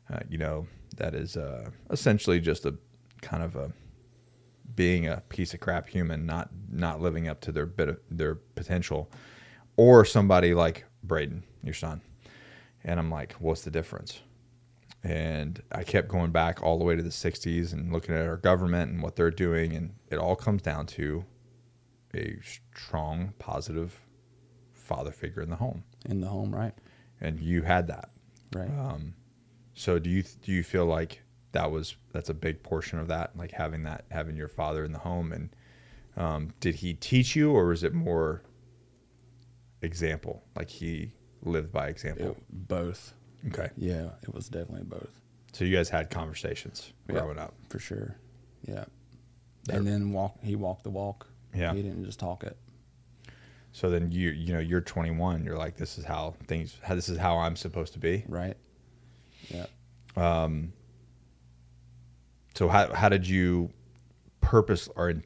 A: uh, you know, that is uh, essentially just a kind of a being a piece of crap human, not not living up to their bit of their potential, or somebody like Braden, your son, and I'm like, what's the difference? And I kept going back all the way to the '60s and looking at our government and what they're doing, and it all comes down to a strong, positive father figure in the home,
C: In the home, right,
A: and you had that.
C: right.
A: So do you do you feel like that was that's a big portion of that, like having that having your father in the home, and um, did he teach you, or was it more example, like he lived by example?
C: It- both.
A: Okay,
C: Yeah, it was definitely both
A: so you guys had conversations
C: Yeah.
A: growing up.
C: for sure. Yeah, and then walk. He walked the walk.
A: Yeah.
C: he didn't just talk it.
A: So then you you know you're 21, you're like this is how things how this is how I'm supposed to be.
C: Right. Yeah.
A: So how how did you purpose or in-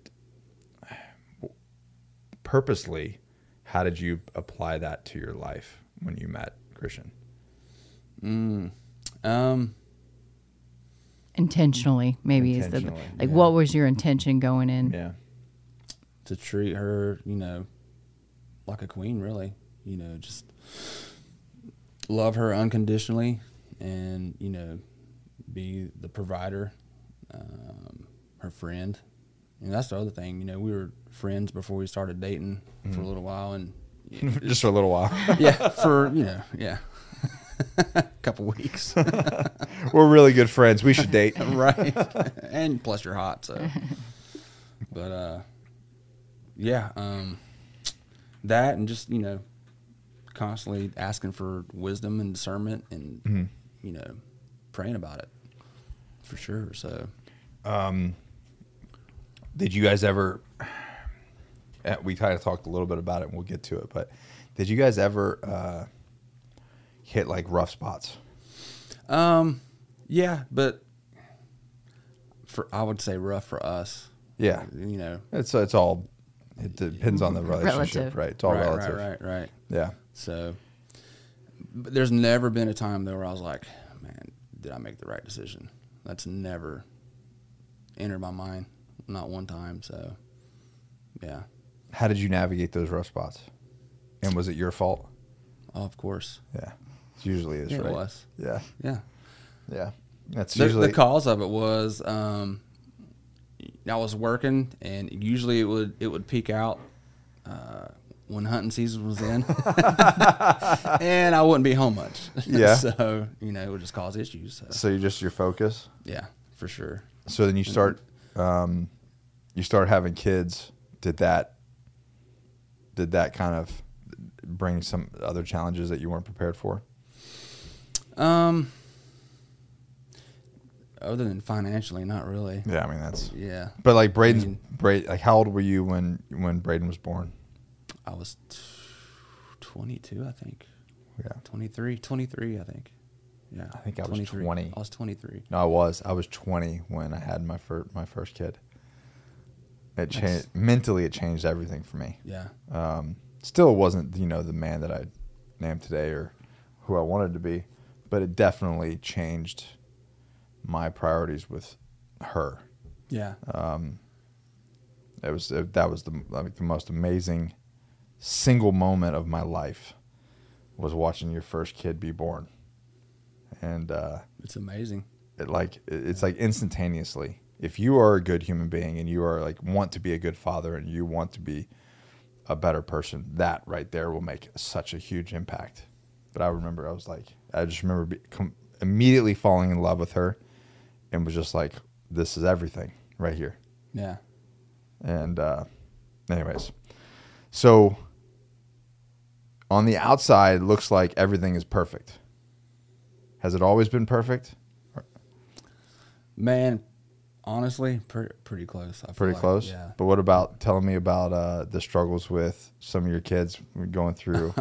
A: purposely how did you apply that to your life when you met Christian?
C: Um.
B: Intentionally, maybe is
A: Intentionally,
B: the like.
C: yeah.
B: What was your intention going in?
A: Yeah.
C: to treat her, you know, like a queen, really. You know, just love her unconditionally and, you know, be the provider, um, her friend. And that's the other thing, you know, we were friends before we started dating for a little while and
A: Just for a little while.
C: yeah, for, you know, yeah. a couple weeks.
A: We're really good friends. We should date.
C: right and plus you're hot so but uh yeah um that and just you know constantly asking for wisdom and
A: Mm-hmm.
C: discernment and you know praying about it for sure so
A: did you guys ever eh, we kind of talked a little bit about it and we'll get to it but did you guys ever uh, hit like rough spots
C: Um, yeah, but for I would say rough for us.
A: yeah
C: You know,
A: it's it's all it depends on the relationship
B: Relative.
A: right it's all
C: Mm-hmm. right,
A: relative
C: right, right, right.
A: yeah
C: So, but there's never been a time though where I was like, man, did I make the right decision? That's never entered my mind, not one time. So, yeah,
A: how did you navigate those rough spots and was it your fault
C: oh, of course,
A: yeah it usually is
C: it
A: right
C: was.
A: yeah
C: Yeah,
A: yeah that's
C: the,
A: usually
C: the cause of it was um, I was working, and usually it would it would peak out uh, when hunting season was in, and I wouldn't be home much.
A: Yeah.
C: so you know it would just cause issues. So.
A: so you just your focus
C: Yeah, for sure.
A: so then you
C: Mm-hmm.
A: start um, you start having kids did that did that kind of bring some other challenges that you weren't prepared for
C: Um, other than financially, not really.
A: yeah i mean that's
C: Yeah,
A: but like braden's
C: I mean-
A: Bra- like how old were you when when braden was born
C: I was t- 22, I think.
A: yeah
C: 23, 23, I think. Yeah,
A: I think I was 20.
C: I was 23.
A: no i was i was 20 when i had my first my first kid it
C: That's-
A: changed mentally it changed everything for me
C: Yeah.
A: um, still wasn't you know the man that I am today or who I wanted to be, but it definitely changed my priorities with her.
C: Yeah.
A: It was it, that was the like the most amazing single moment of my life was watching your first kid be born, and uh,
C: it's amazing.
A: it like it- it's like instantaneously. If you are a good human being and you are like want to be a good father and you want to be a better person, that right there will make such a huge impact. But I remember I was like, I just remember be, com- immediately falling in love with her, and was just like, this is everything right here.
C: Yeah.
A: And uh, anyways, so on the outside, it looks like everything is perfect. Has it always been perfect?
C: Man, honestly, pretty pretty close. I feel
A: pretty
C: like.
A: close.
C: Yeah.
A: But what about telling me about uh, the struggles with some of your kids going through?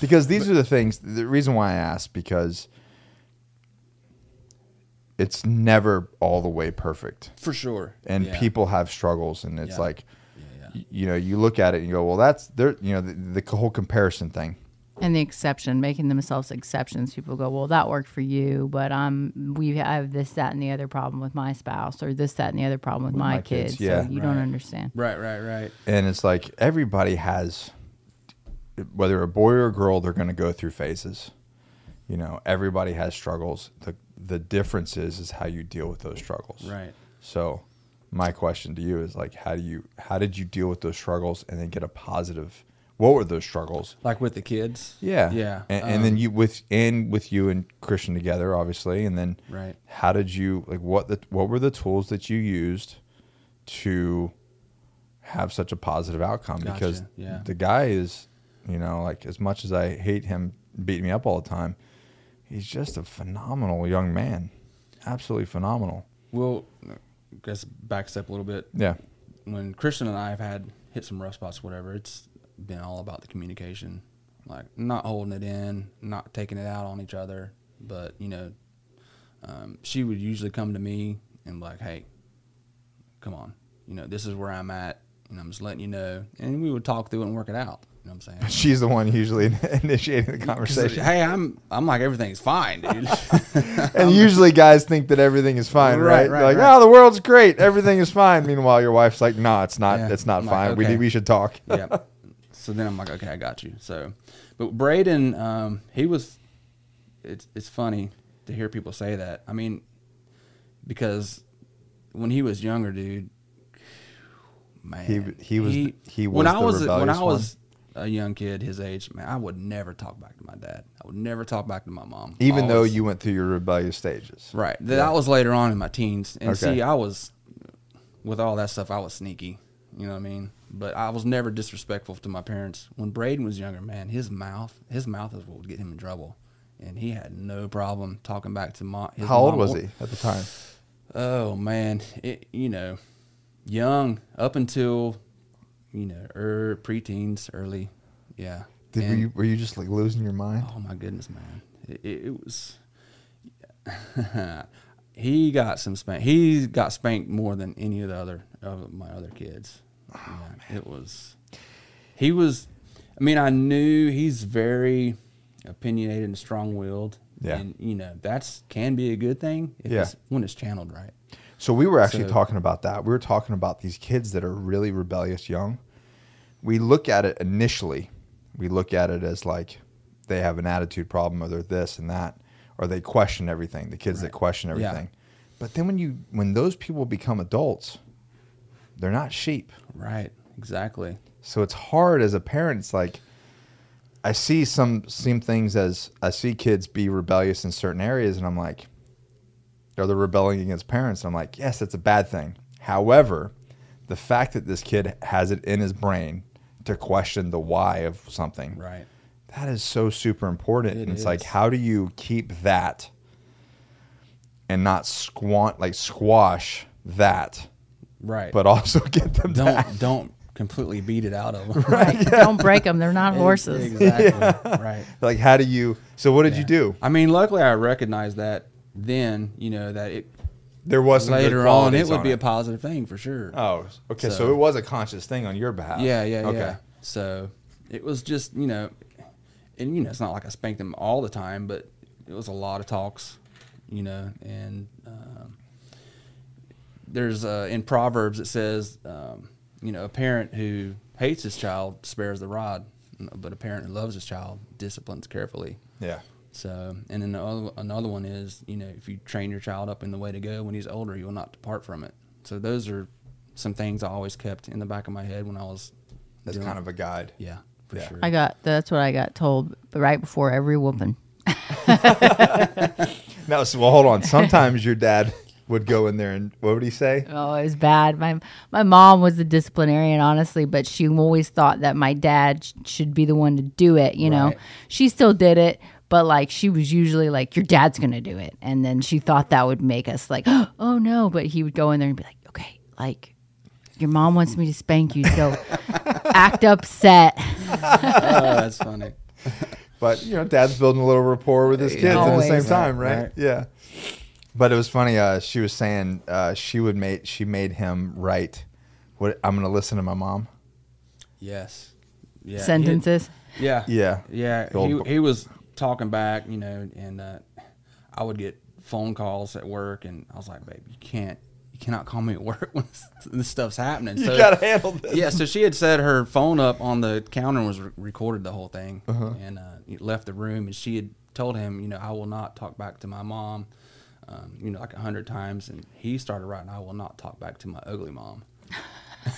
A: because these are the things. The reason why I asked because it's never all the way perfect,
C: for sure.
A: and
C: Yeah.
A: people have struggles, and it's
C: Yeah.
A: like
C: Yeah, yeah.
A: y- you know you look at it and you go, well, that's there. You know the, the whole comparison thing.
B: and the exception, making themselves exceptions. People go, well, that worked for you, but I'm we I have this, that, and the other problem with my spouse, or this, that, and the other problem with, my,
A: my kids,
B: kids.
A: yeah.
B: so you don't
C: Right.
B: understand.
C: Right, right, right.
A: and it's like everybody has whether a boy or a girl they're going to go through phases you know everybody has struggles the the difference is is how you deal with those struggles
C: Right.
A: so my question to you is like how do you how did you deal with those struggles and then get a positive what were those struggles
C: Like with the kids.
A: yeah
C: Yeah. um,
A: and, and then you with and with you and christian together obviously and then
C: Right.
A: how did you like what the what were the tools that you used to have such a positive outcome because
C: Gotcha, yeah.
A: the guy is you know like as much as i hate him beating me up all the time he's just a phenomenal young man absolutely phenomenal
C: Well, uh, guess back step a little bit.
A: yeah
C: When Christian and I have had hit some rough spots, whatever, it's been all about the communication, like not holding it in, not taking it out on each other. But you know, um, she would usually come to me and be like, "Hey, come on, you know, this is where I'm at, and I'm just letting you know." And we would talk through it and work it out. You know what I'm saying?
A: she's the one usually initiating the
C: 'Cause,
A: conversation
C: Hey, I'm I'm like everything's fine, dude.
A: and usually guys think that everything is fine right,
C: Right,
A: They're
C: right,
A: like
C: right.
A: oh the world's great everything is fine meanwhile your wife's like no it's not
C: Yeah.
A: it's not
C: I'm like,
A: fine we,
C: okay.
A: we should talk
C: yeah. So then I'm like, okay, I got you. So, but Braden, um, he was. It's it's funny to hear people say that. I mean, because when he was younger, dude, man,
A: He- he was the- he was
C: when I
A: the
C: was a- when
A: rebellious
C: I was a young kid his age, man, I would never talk back to my dad. I would never talk back to my mom.
A: even though
C: Always-
A: you went through your rebellious stages
C: Right. That I was later on in my teens. And
A: Okay.
C: see, I was with all that stuff, I was sneaky. You know what I mean? But I was never disrespectful to my parents. When Braden was younger, man, his mouth his mouth is what would get him in trouble. And he had no problem talking back to mom. His
A: How old
C: mom
A: was
C: or-
A: he at the time?
C: Oh man, it, you know, young up until you know er, preteens, early, yeah.
A: Did, were
C: And-
A: you were you just like losing your mind?
C: Oh my goodness, man! It, it, it was. he got some spank. He got spanked more than any of the other of my other kids.
A: Oh,
C: Yeah, It was. He was. I mean, I knew he's very opinionated and strong-willed.
A: Yeah.
C: and you know that's can be a good thing. If
A: Yeah.
C: it's, when it's channeled right.
A: So we were actually
C: So-
A: talking about that. We were talking about these kids that are really rebellious young. We look at it initially, we look at it as like they have an attitude problem or they're this and that, or they question everything, the kids that question
C: Yeah.
A: everything. But then when you when those people become adults, they're not sheep.
C: Right. Exactly.
A: So it's hard as a parent. It's like I see some some things as I see kids be rebellious in certain areas, and I'm like, are they rebelling against parents? I'm like, yes, that's a bad thing. However, the fact that this kid has it in his brain to question the why of something,
C: Right.
A: that is so super important.
C: It
A: and it's like,
C: is.
A: how do you keep that and not squant like squash that,
C: Right.
A: but also get them
C: don't
A: back?
C: don't completely beat it out of them.
B: Right. Don't break them. They're not horses.
C: Exactly. Right.
A: Like, how do you? So, what did you
C: Yeah.
A: do?
C: I mean, luckily I recognized that then, you know, that it
A: There was some good
C: later on it
A: qualities
C: would be a positive thing for sure.
A: Oh, okay. So,
C: So-
A: it was a conscious thing on your behalf.
C: yeah, yeah,
A: okay.
C: yeah. So it was just, you know, and you know, it's not like I spanked them all the time, but it was a lot of talks, you know, and um, there's uh, in Proverbs it says, um, you know, a parent who hates his child spares the rod, but a parent who loves his child disciplines carefully.
A: Yeah.
C: So, and then the other, another one is, you know, if you train your child up in the way to go when he's older, he will not depart from it. So those are some things I always kept in the back of my head when I was.
A: That's
C: doing-
A: kind of a guide.
C: yeah, for
A: Yeah.
C: sure.
B: I got that's what I got told right before every whooping.
A: Now, so, well, hold on. Sometimes your dad would go in there and what would he say?
B: Oh, it was bad. My my mom was the disciplinarian, honestly, but she always thought that my dad sh- should be the one to do it. You know,
C: Right.
B: she still did it, but like she was usually like, "Your dad's gonna do it," and then she thought that would make us like, "Oh no!" But he would go in there and be like, "Okay, like." Your mom wants me to spank you, so act upset.
C: oh, that's funny.
A: But you know, dad's building a little rapport with his kids
B: Always.
A: at the same
B: Right,
A: time, right?
C: right.
A: Yeah. But it was funny. Uh, she was saying uh, she would make she made him write. What I'm going to listen to my mom.
C: Yes. Yeah.
B: Sentences.
C: He- yeah.
A: Yeah.
C: Yeah.
A: The old-
C: He, he was talking back, you know, and uh, I would get phone calls at work, and I was like, babe, you can't, you cannot call me at work when this, this stuff's happening.
A: You
C: so
A: got to handle this.
C: yeah, so she had set her phone up on the counter and was re- recorded the whole thing and uh, left the room. And she had told him, you know, I will not talk back to my mom, um, you know, like a hundred times. And he started writing, I will not talk back to my ugly mom.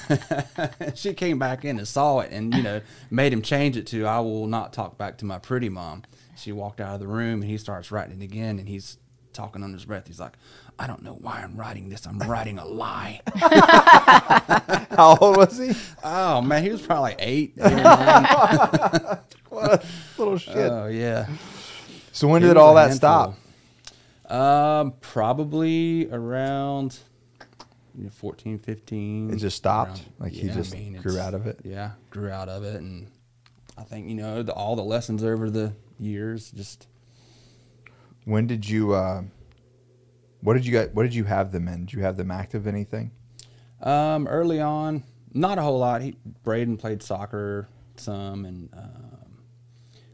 C: she came back in and saw it and, you know, made him change it to, I will not talk back to my pretty mom. She walked out of the room and he starts writing it again and he's talking under his breath. He's like, I don't know why I'm writing this. I'm writing a lie.
A: How old was he?
C: oh, man, he was probably like eight. eight or nine.
A: What a little shit.
C: Oh yeah.
A: so when
C: It
A: did
C: was
A: all
C: a
A: that stop?
C: handful. Um, probably around you know, 14, 15.
A: It just stopped?
C: around-
A: Like, he just grew
C: it's-
A: out of it?
C: Yeah, grew out of it, and I think you know the, all the lessons over the years just
A: When did you? Uh, what did you get? What did you have them in? Did you have them active anything?
C: Um, early on, not a whole lot. He, Braden played soccer some, and um,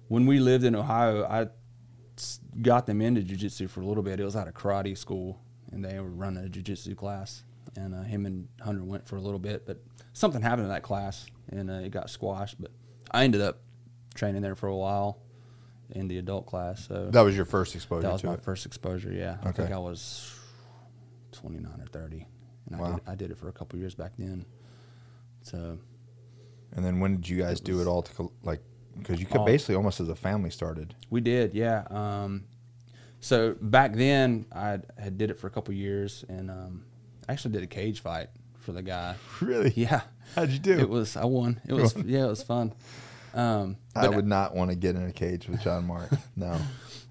C: when we lived in Ohio, I s- got them into jujitsu for a little bit. It was at a karate school, and they were running a jujitsu class. And uh, him and Hunter went for a little bit, but something happened in that class, and uh, it got squashed. But I ended up training there for a while in the adult class. So
A: That was your first exposure
C: that was
A: to
C: my
A: it.
C: first exposure. Yeah, I
A: Okay.
C: think I was twenty nine or thirty, and I,
A: Wow.
C: did, I did it for a couple years back then. So
A: and then when did you guys do it all? To col- like, because you could
C: All-
A: basically almost as a family started.
C: we did, yeah. Um, so back then, I had did it for a couple years, and um, I actually did a cage fight for the guy.
A: Really?
C: Yeah,
A: How'd you
C: it was I won. It was yeah, it was fun. Um,
A: I would not want to get in a cage with John Mark.
C: Uh,
A: No.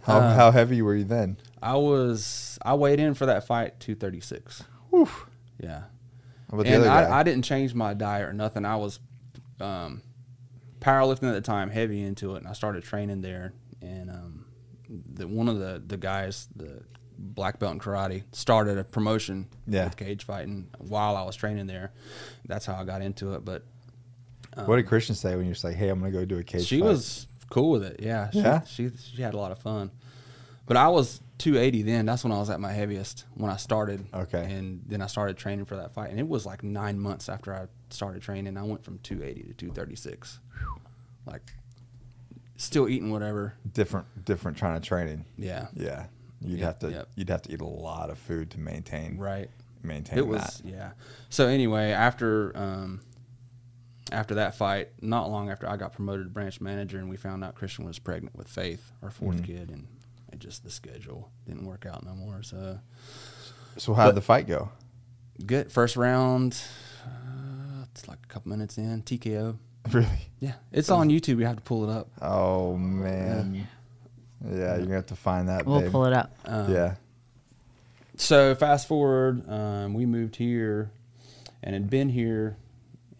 A: How, how heavy were you then?
C: I was I weighed in for that fight two thirty six.
A: How
C: Yeah,
A: about the
C: and
A: other guy?
C: I, I didn't change my diet or nothing. I was um, powerlifting at the time, heavy into it, and I started training there. And um, the, one of the the guys, the black belt in karate, started a promotion
A: Yeah.
C: with cage fighting while I was training there. That's how I got into it. But
A: what did Christian say when you just like, "Hey, I'm gonna go do a cage"?
C: she
A: fight?
C: was cool with it. Yeah, she,
A: Yeah?
C: she she had a lot of fun. But I was 280 then. That's when I was at my heaviest when I started.
A: Okay.
C: And then I started training for that fight, and it was like nine months after I started training. I went from 280 to 236. Like, still eating whatever.
A: different, different kind of training.
C: Yeah.
A: Yeah, you'd
C: Yep,
A: have to
C: yep.
A: you'd have to eat a lot of food to maintain
C: Right.
A: maintain
C: It was
A: that.
C: yeah. So anyway, after um, after that fight, not long after I got promoted to branch manager, and we found out Christian was pregnant with Faith, our 4th kid, and it just the schedule didn't work out no more. So
A: So how did the fight go?
C: good first round. Uh, it's like a couple minutes in TKO.
A: Really?
C: Yeah, it's on YouTube. You have to pull it up.
A: Oh man. Yeah, you're gonna have to find that.
B: We'll
A: babe.
B: pull it up.
A: yeah.
C: So fast forward, um, we moved here, and had been here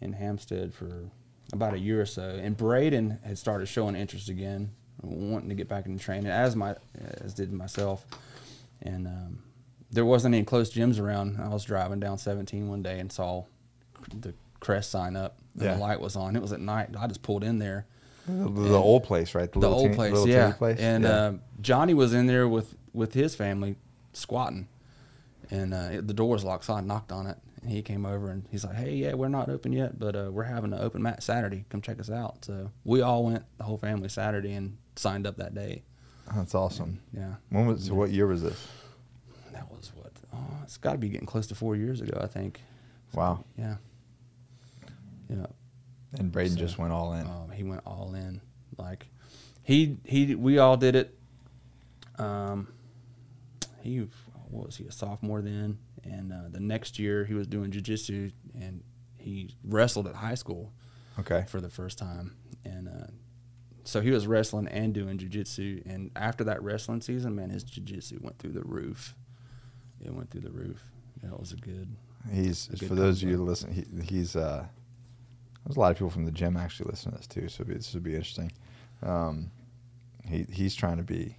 C: in Hampstead for about a year or so. And Braden had started showing interest again, wanting to get back into training, as my as did myself. And um, there wasn't any close gyms around. I was driving down 17 one day and saw the crest sign up. And
A: Yeah.
C: The light was on. It was at night. I just pulled in there
A: The, the old place, right?
C: the
A: little
C: old
A: teeny-
C: place,
A: little
C: yeah.
A: teeny place?
C: And
A: Yeah.
C: Uh, Johnny was in there with with his family squatting, and uh, it, the door was locked, so I knocked on it, and he came over and he's like, "Hey, yeah, we're not open yet, but uh, we're having an open mat Saturday. Come check us out." So we all went, the whole family, Saturday, and signed up that day.
A: that's awesome.
C: Yeah,
A: When was so what year was this?
C: that was what. Oh, it's got to be getting close to four years ago, I think.
A: Wow.
C: Yeah, yeah.
A: And Braden just went all in.
C: Um, he went all in. Like he he we all did it. Um, he what was he a sophomore then? And uh, the next year he was doing jujitsu and he wrestled at high school
A: okay.
C: for the first time. And uh, so he was wrestling and doing jujitsu. And after that wrestling season, man, his jujitsu went through the roof. It went through the roof. That was a good.
A: He's
C: a good
A: for those of you listening. He, he's uh, there's a lot of people from the gym actually listening to this too. So it'd be, this would be interesting. Um, he he's trying to be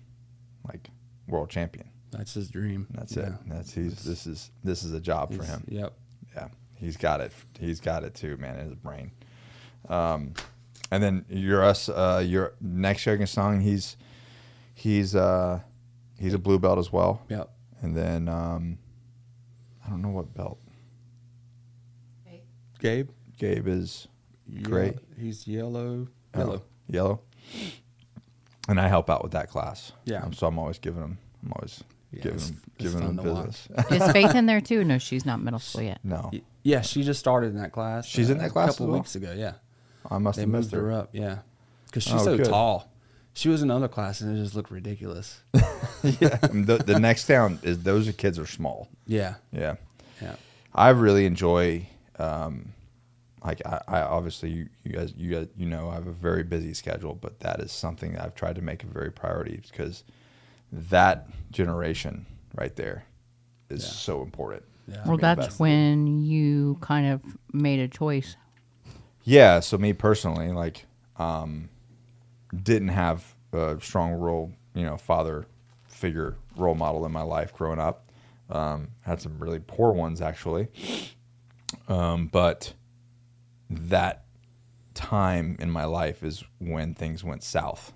A: like world champion.
C: That's his dream.
A: And that's it.
C: Yeah.
A: And That's he's this is this is a job for
C: He's-
A: him.
C: Yep.
A: Yeah, he's got it. He's got it too, man. In his brain. Um, and then you're us. Uh, your next year against Song. He's he's uh he's a blue belt as well.
C: Yep.
A: And then um, I don't know what belt.
C: Gabe.
A: Gabe is
C: Yellow-
A: Great.
C: He's yellow. Yellow.
A: yellow. And I help out with that class.
C: Yeah.
A: Um, so I'm always giving them. I'm always
C: Yeah,
A: giving
C: it's-
A: them
C: it's
A: giving
C: fun
A: them
C: to watch.
A: business.
B: Is Faith in there too? No, she's not middle school yet.
A: no,
C: Y- Yeah, she just started in that class. uh,
A: She's in that class
C: a couple
A: as well?
C: weeks ago. Yeah,
A: I must
C: they
A: have
C: moved
A: missed
C: her
A: her.
C: up. Yeah, because she's
A: Oh,
C: so
A: good.
C: tall. She was in another class and it just looked ridiculous.
A: yeah. I mean, the, the next town is those kids are small.
C: yeah,
A: Yeah.
C: yeah,
A: I really enjoy, um, like I, I obviously you, you guys you guys, you know I have a very busy schedule, but that is something that I've tried to make a very priority because that generation right there is
C: Yeah.
A: so important.
C: Yeah.
A: I
B: Well,
A: mean,
B: that's when you kind of made a choice.
A: yeah. So me personally, like, um, didn't have a strong role, you know, father figure role model in my life growing up. Um, had some really poor ones actually. Um, but that time in my life is when things went south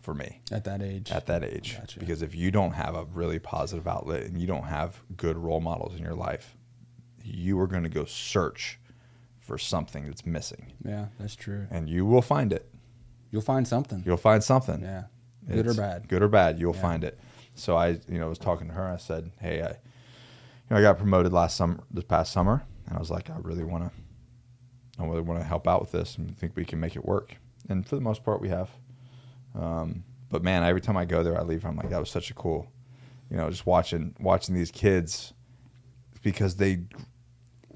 A: for me
C: at that age.
A: at that age
C: Gotcha.
A: because if you don't have a really positive outlet and you don't have good role models in your life you are going to go search for something that's missing
C: yeah, that's true.
A: and you will find it
C: You'll find something.
A: you'll find something
C: yeah, good or
A: It's
C: bad.
A: good or bad you'll
C: Yeah.
A: find it so i you know was talking to her i said hey i you know i got promoted last summer this past summer and i was like i really want to i really want to help out with this and think we can make it work and for the most part we have um, but man every time i go there i leave i'm like that was such a cool you know just watching watching these kids because they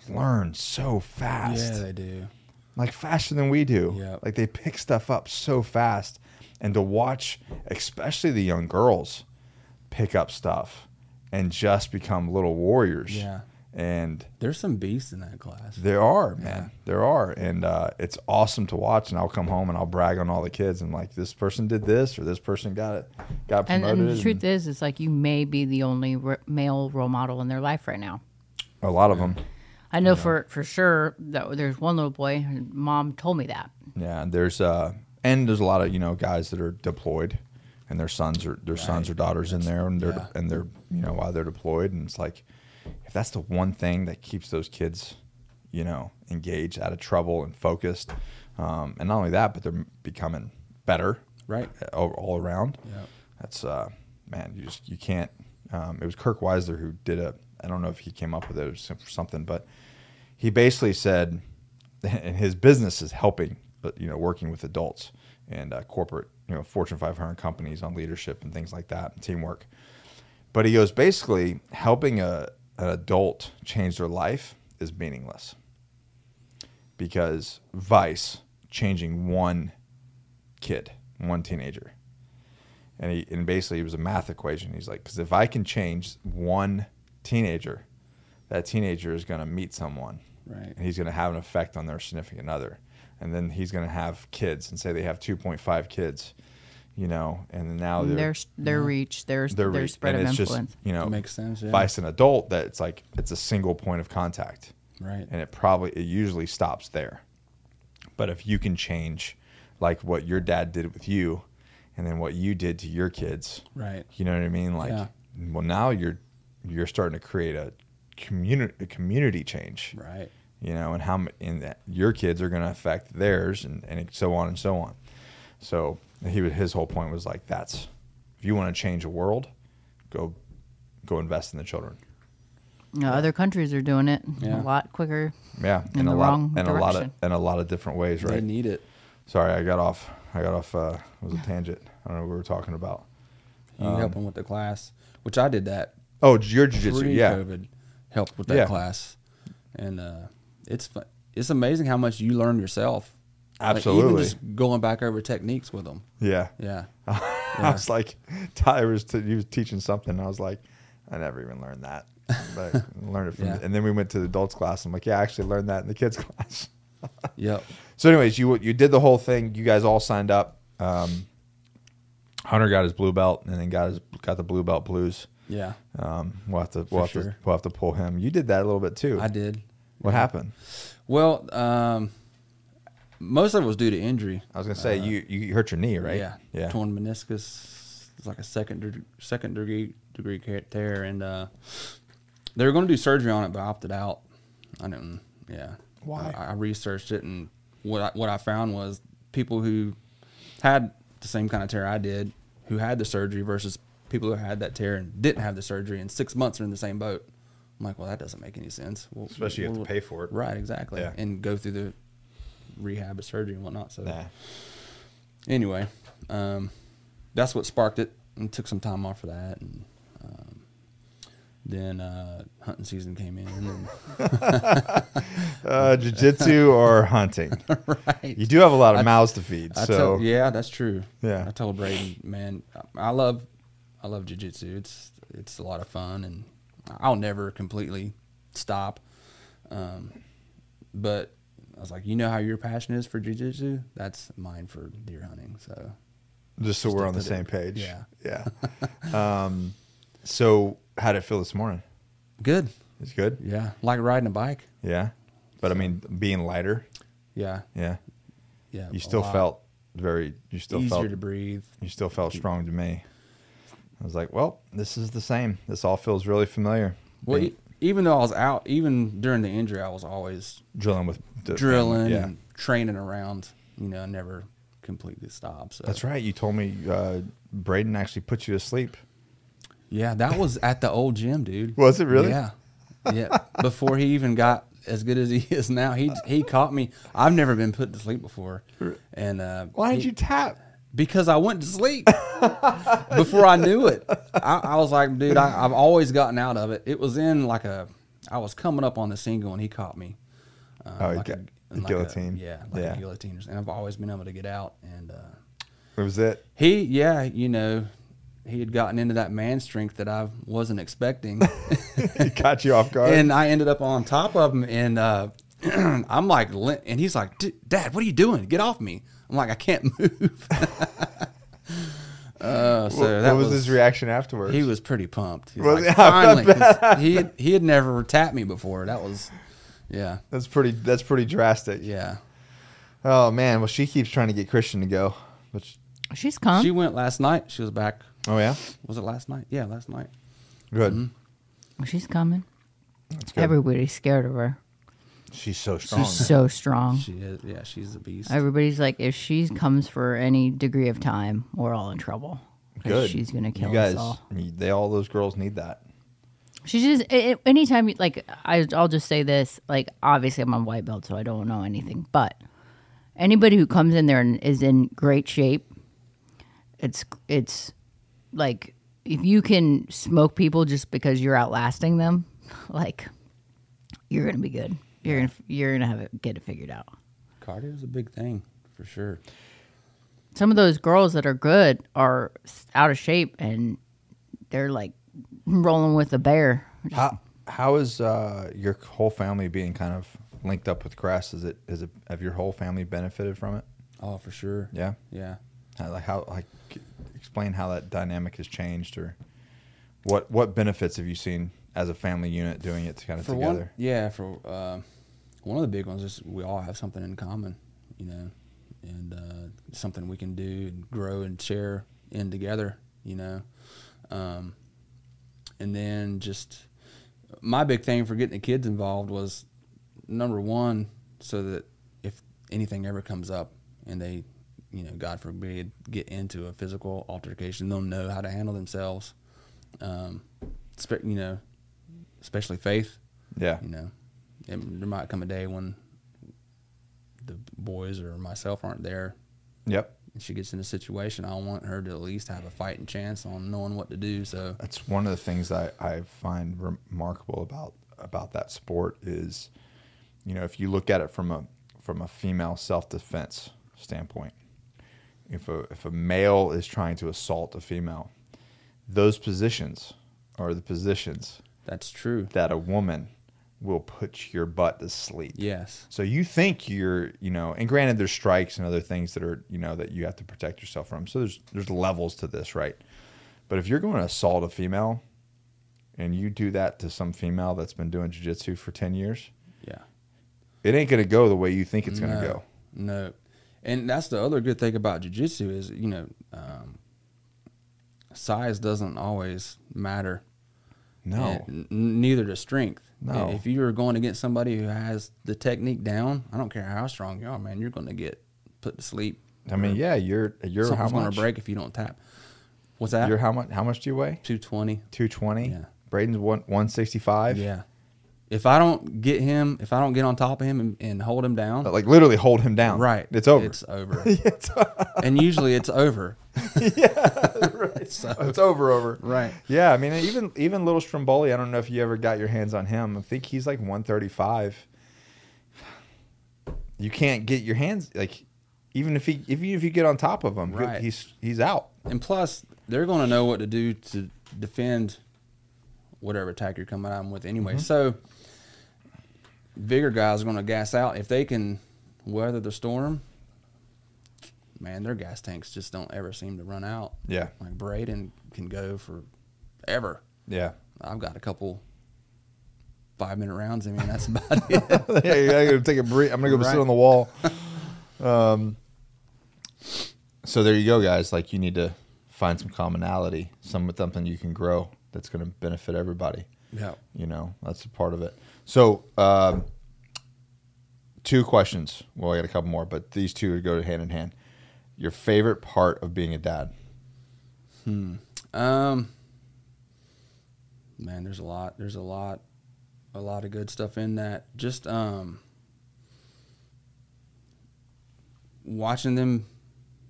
A: learn so fast
C: Yeah, they do.
A: like faster than we do.
C: Yeah.
A: Like they pick stuff up so fast, and to watch, especially the young girls, pick up stuff and just become little warriors.
C: Yeah.
A: And
C: There's some beasts in that class.
A: there are, man. There are. And uh, it's awesome to watch. And I'll come home and I'll brag on all the kids and like this person did this or this person got it, got
B: And,
A: promoted.
B: and the
A: and-
B: truth is, it's like you may be the only re- male role model in their life right now.
A: a lot of them.
B: I know for for sure that there's one little boy. and Mom told me that.
A: Yeah, and there's uh, and there's a lot of you know guys that are deployed, and their sons or their sons or daughters in there, and they're
C: yeah.
A: and they're you know while they're deployed, and it's like if that's the one thing that keeps those kids, you know, engaged, out of trouble, and focused, um, and not only that, but they're becoming better,
C: Right.
A: all, all around.
C: Yeah.
A: That's uh, man, you just you can't. Um, it was Kirk Weisler who did a. I don't know if he came up with it or some- something, but he basically said, and his business is helping, but you know, working with adults and uh, corporate, you know, Fortune 500 companies on leadership and things like that, and teamwork. But he goes basically helping a an adult change their life is meaningless because Vice changing one kid, one teenager. And he and basically it was a math equation. He's like, because if I can change one teenager, that teenager is going to meet someone,
C: Right.
A: And he's going to have an effect on their significant other, and then he's going to have kids, and say they have two point five kids, you know, and then now Oh, they're
B: Their their reach, their
A: their
B: their
A: reach.
B: spread
A: and
B: of
A: it's
B: influence.
A: Just, you know,
C: Makes sense, yeah.
A: If I an adult, that it's like it's a single point of contact,
C: Right.
A: And it probably it usually stops there. But if you can change, like what your dad did with you, and then what you did to your kids,
C: Right.
A: You know what I mean? Like,
C: Yeah.
A: well, now you're you're starting to create a community a community change,
C: Right.
A: you know, and how m- and that your kids are going to affect theirs, and and so on and so on. So he was- his whole point was like that's if you want to change the world, go go invest in the children.
B: You know, other countries are doing it
C: Yeah.
B: a lot quicker.
A: Yeah,
B: In
A: and a
B: the
A: lot
B: wrong
A: and a lot of
B: direction.
A: and a lot of different ways,
C: They
A: right?
C: need it.
A: Sorry, I got off. I got off. Uh, it was a tangent. I don't know what we were talking about.
C: You
A: Um,
C: help them with the class, which I did that
A: Oh, your jujitsu.
C: pre
A: Yeah,
C: COVID. Helped with that
A: Yeah.
C: class, and uh, it's fun. It's amazing how much you learn yourself. Like,
A: Absolutely.
C: even just going back over techniques with them.
A: yeah.
C: Yeah.
A: I was like, Ty was t- he was teaching something. And I was like, I never even learned that, but I learned it from.
C: Yeah.
A: And then we went to the adults class. I'm like, yeah, I actually learned that in the kids class.
C: yep.
A: So, anyways, you you did the whole thing. You guys all signed up. Um, Hunter got his blue belt, and then got his got the blue belt blues.
C: Yeah.
A: Um, we'll have to we'll have, to
C: sure.
A: we'll have to pull him. You did that a little bit too.
C: I did.
A: What happened?
C: Well, um, most of it was due to injury. Uh,
A: I was gonna say you you hurt your knee, right?
C: Yeah,
A: yeah.
C: Torn meniscus. It's like a second deg- second degree degree ca- tear, and uh, they were going to do surgery on it, but I opted out. I didn't. Yeah.
A: Why?
C: I, I researched it, and what I, what I found was people who had the same kind of tear I did, who had the surgery, versus people who had that tear and didn't have the surgery, and six months are in the same boat. I'm like, well, that doesn't make any sense. Well,
A: Especially you have to pay for it.
C: right? Exactly,
A: Yeah.
C: and go through the rehab, of surgery, and whatnot. So
A: Nah.
C: anyway, um, that's what sparked it, and took some time off for that, and um, then uh, hunting season came in, and
A: Uh, jiu-jitsu or hunting.
C: right.
A: You do have a lot of mouths to feed.
C: I
A: so
C: tell, yeah, that's true.
A: Yeah.
C: I told Braden, man, I love, I love jujitsu. It's it's a lot of fun, and I'll never completely stop. Um, but I was like, you know how your passion is for jujitsu? That's mine for deer hunting. So
A: just so we're on the
C: Stick
A: same
C: with it.
A: page. Yeah. Yeah. um, so how'd it feel this morning?
C: good,
A: It's good.
C: yeah, like riding a bike.
A: Yeah. But I mean, being lighter.
C: Yeah,
A: Yeah.
C: yeah.
A: You
C: a
A: still
C: lot
A: felt very. You still
C: easier
A: felt.
C: to breathe.
A: You still felt strong to me. I was like, well, this is the same. This all feels really familiar.
C: Well,
A: Being-
C: e- even though I was out, even during the injury, I was always
A: drilling with the-
C: drilling
A: Yeah.
C: and training around. You know, I never completely stopped. So
A: That's right. You told me uh, Braden actually put you to sleep.
C: Yeah, that was at the old gym, dude.
A: Was it really?
C: Yeah, yeah. Before he even got as good as he is now, he he caught me. I've never been put to sleep before, and uh,
A: Why did
C: he-
A: you tap?
C: Because I went to sleep before I knew it. I, I was like, dude, I, I've always gotten out of it. It was in like a, I was coming up on the single, and he caught me. Um,
A: Oh, he
C: like
A: ca-
C: a- and like
A: guillotine.
C: A, yeah, like
A: Yeah.
C: a guillotine. or something. And I've always been able to get out. And uh,
A: It was it.
C: he, yeah, you know, he had gotten into that man strength that I wasn't expecting.
A: It caught you off guard.
C: And I ended up on top of him, and uh, I'm like, lin- and he's like, "D- Dad, what are you doing? Get off me! I'm like, I can't move. uh, so
A: Wha-
C: that
A: what was, his reaction afterwards?
C: He was pretty pumped. He's
A: Was
C: like,
A: he? I
C: finally,
A: bet.
C: 'cause he had- he had never tapped me before. That was, yeah,
A: That's pretty. That's pretty drastic.
C: yeah.
A: Oh man. Well, she keeps trying to get Christian to go. Which,
B: She's calm.
C: She went last night. She was back.
A: oh yeah.
C: Was it last night? Yeah, last night.
A: Good.
B: She's coming.
A: That's good.
B: Everybody's scared of her.
A: She's so strong.
B: She's so strong.
C: She is. Yeah, she's a beast.
B: Everybody's like, if she comes for any degree of time, we're all in trouble. 'Cause
A: good.
B: She's gonna kill
A: you guys.
B: us all.
A: you- They all those girls need that.
B: She just a- a- anytime you like I, I'll just say this like obviously I'm on white belt so I don't know anything but anybody who comes in there and is in great shape it's it's like if you can smoke people just because you're outlasting them like you're gonna be good you're gonna you're gonna have it get it figured out
C: Cardio is a big thing for sure.
B: some of those girls that are good are s- out of shape and they're like rolling with a bear
A: How how is uh, your whole family being kind of linked up with Crest? Is it is it have your whole family benefited from it?
C: Oh, for sure.
A: Yeah.
C: Yeah.
A: How- Uh, Like how like c- explain how that dynamic has changed or what what benefits have you seen as a family unit doing it kind of
C: for
A: together?
C: one, yeah, for uh, one of the big ones is we all have something in common, you know, and uh, something we can do and grow and share in together, you know, um, and then just my big thing for getting the kids involved was number one, so that if anything ever comes up and they, you know, God forbid, get into a physical altercation, they'll know how to handle themselves. Um, spe- you know, especially faith,
A: Yeah.
C: you know, it, there might come a day when the boys or myself aren't there,
A: Yep.
C: and she gets in a situation. I want her to at least have a fighting chance on knowing what to do. So
A: That's one of the things I, I find remarkable about about that sport is, you know, if you look at it from a from a female self defense standpoint, if a if a male is trying to assault a female, those positions are the positions
C: that's true.
A: that a woman will put your butt to sleep.
C: Yes,
A: So you think you're, you know, and granted there's strikes and other things that are, you know, that you have to protect yourself from. So there's there's levels to this, right? But if you're going to assault a female and you do that to some female that's been doing jujitsu for 10 years,
C: yeah,
A: it ain't going to go the way you think it's going to
C: No.
A: go.
C: no, and that's the other good thing about jujitsu is you know, um, size doesn't always matter.
A: No.
C: And n- neither does strength.
A: No.
C: If you are going against somebody who has the technique down, I don't care how strong you are, man, you're going to get put to sleep.
A: I mean, yeah, you're you're how
C: Something's going
A: much?
C: to break if you don't tap. What's that?
A: You're how much how much do you weigh?
C: 220.
A: 220.
C: Yeah.
A: Braden's one, 165.
C: Yeah. If I don't get him, if I don't get on top of him and, and hold him down,
A: But, like literally hold him down.
C: right,
A: It's over.
C: It's over. and usually it's over.
A: it's over over
C: Right.
A: yeah i mean even even little stromboli i don't know if you ever got your hands on him i think he's like 135 you can't get your hands like even if he if you if you get on top of him
C: Right.
A: he's he's out
C: And plus, they're going to know what to do to defend whatever attack you're coming at them with anyway.
A: Mm-hmm.
C: So, bigger guys are going to gas out. If they can weather the storm, man, their gas tanks just don't ever seem to run out.
A: Yeah.
C: Like Braden can go for ever.
A: yeah
C: I've got a couple five minute rounds in me, and that's about it.
A: yeah you gotta go take a break i'm gonna go sit
C: Right.
A: on the wall um so there you go guys like you need to find some commonality some something you can grow that's gonna benefit everybody
C: yeah.
A: you know that's a part of it so um, two questions well i got a couple more but these two would go hand in hand your favorite part of being a dad
C: Um, man, there's a lot. There's a lot, a lot of good stuff in that. Just um, watching them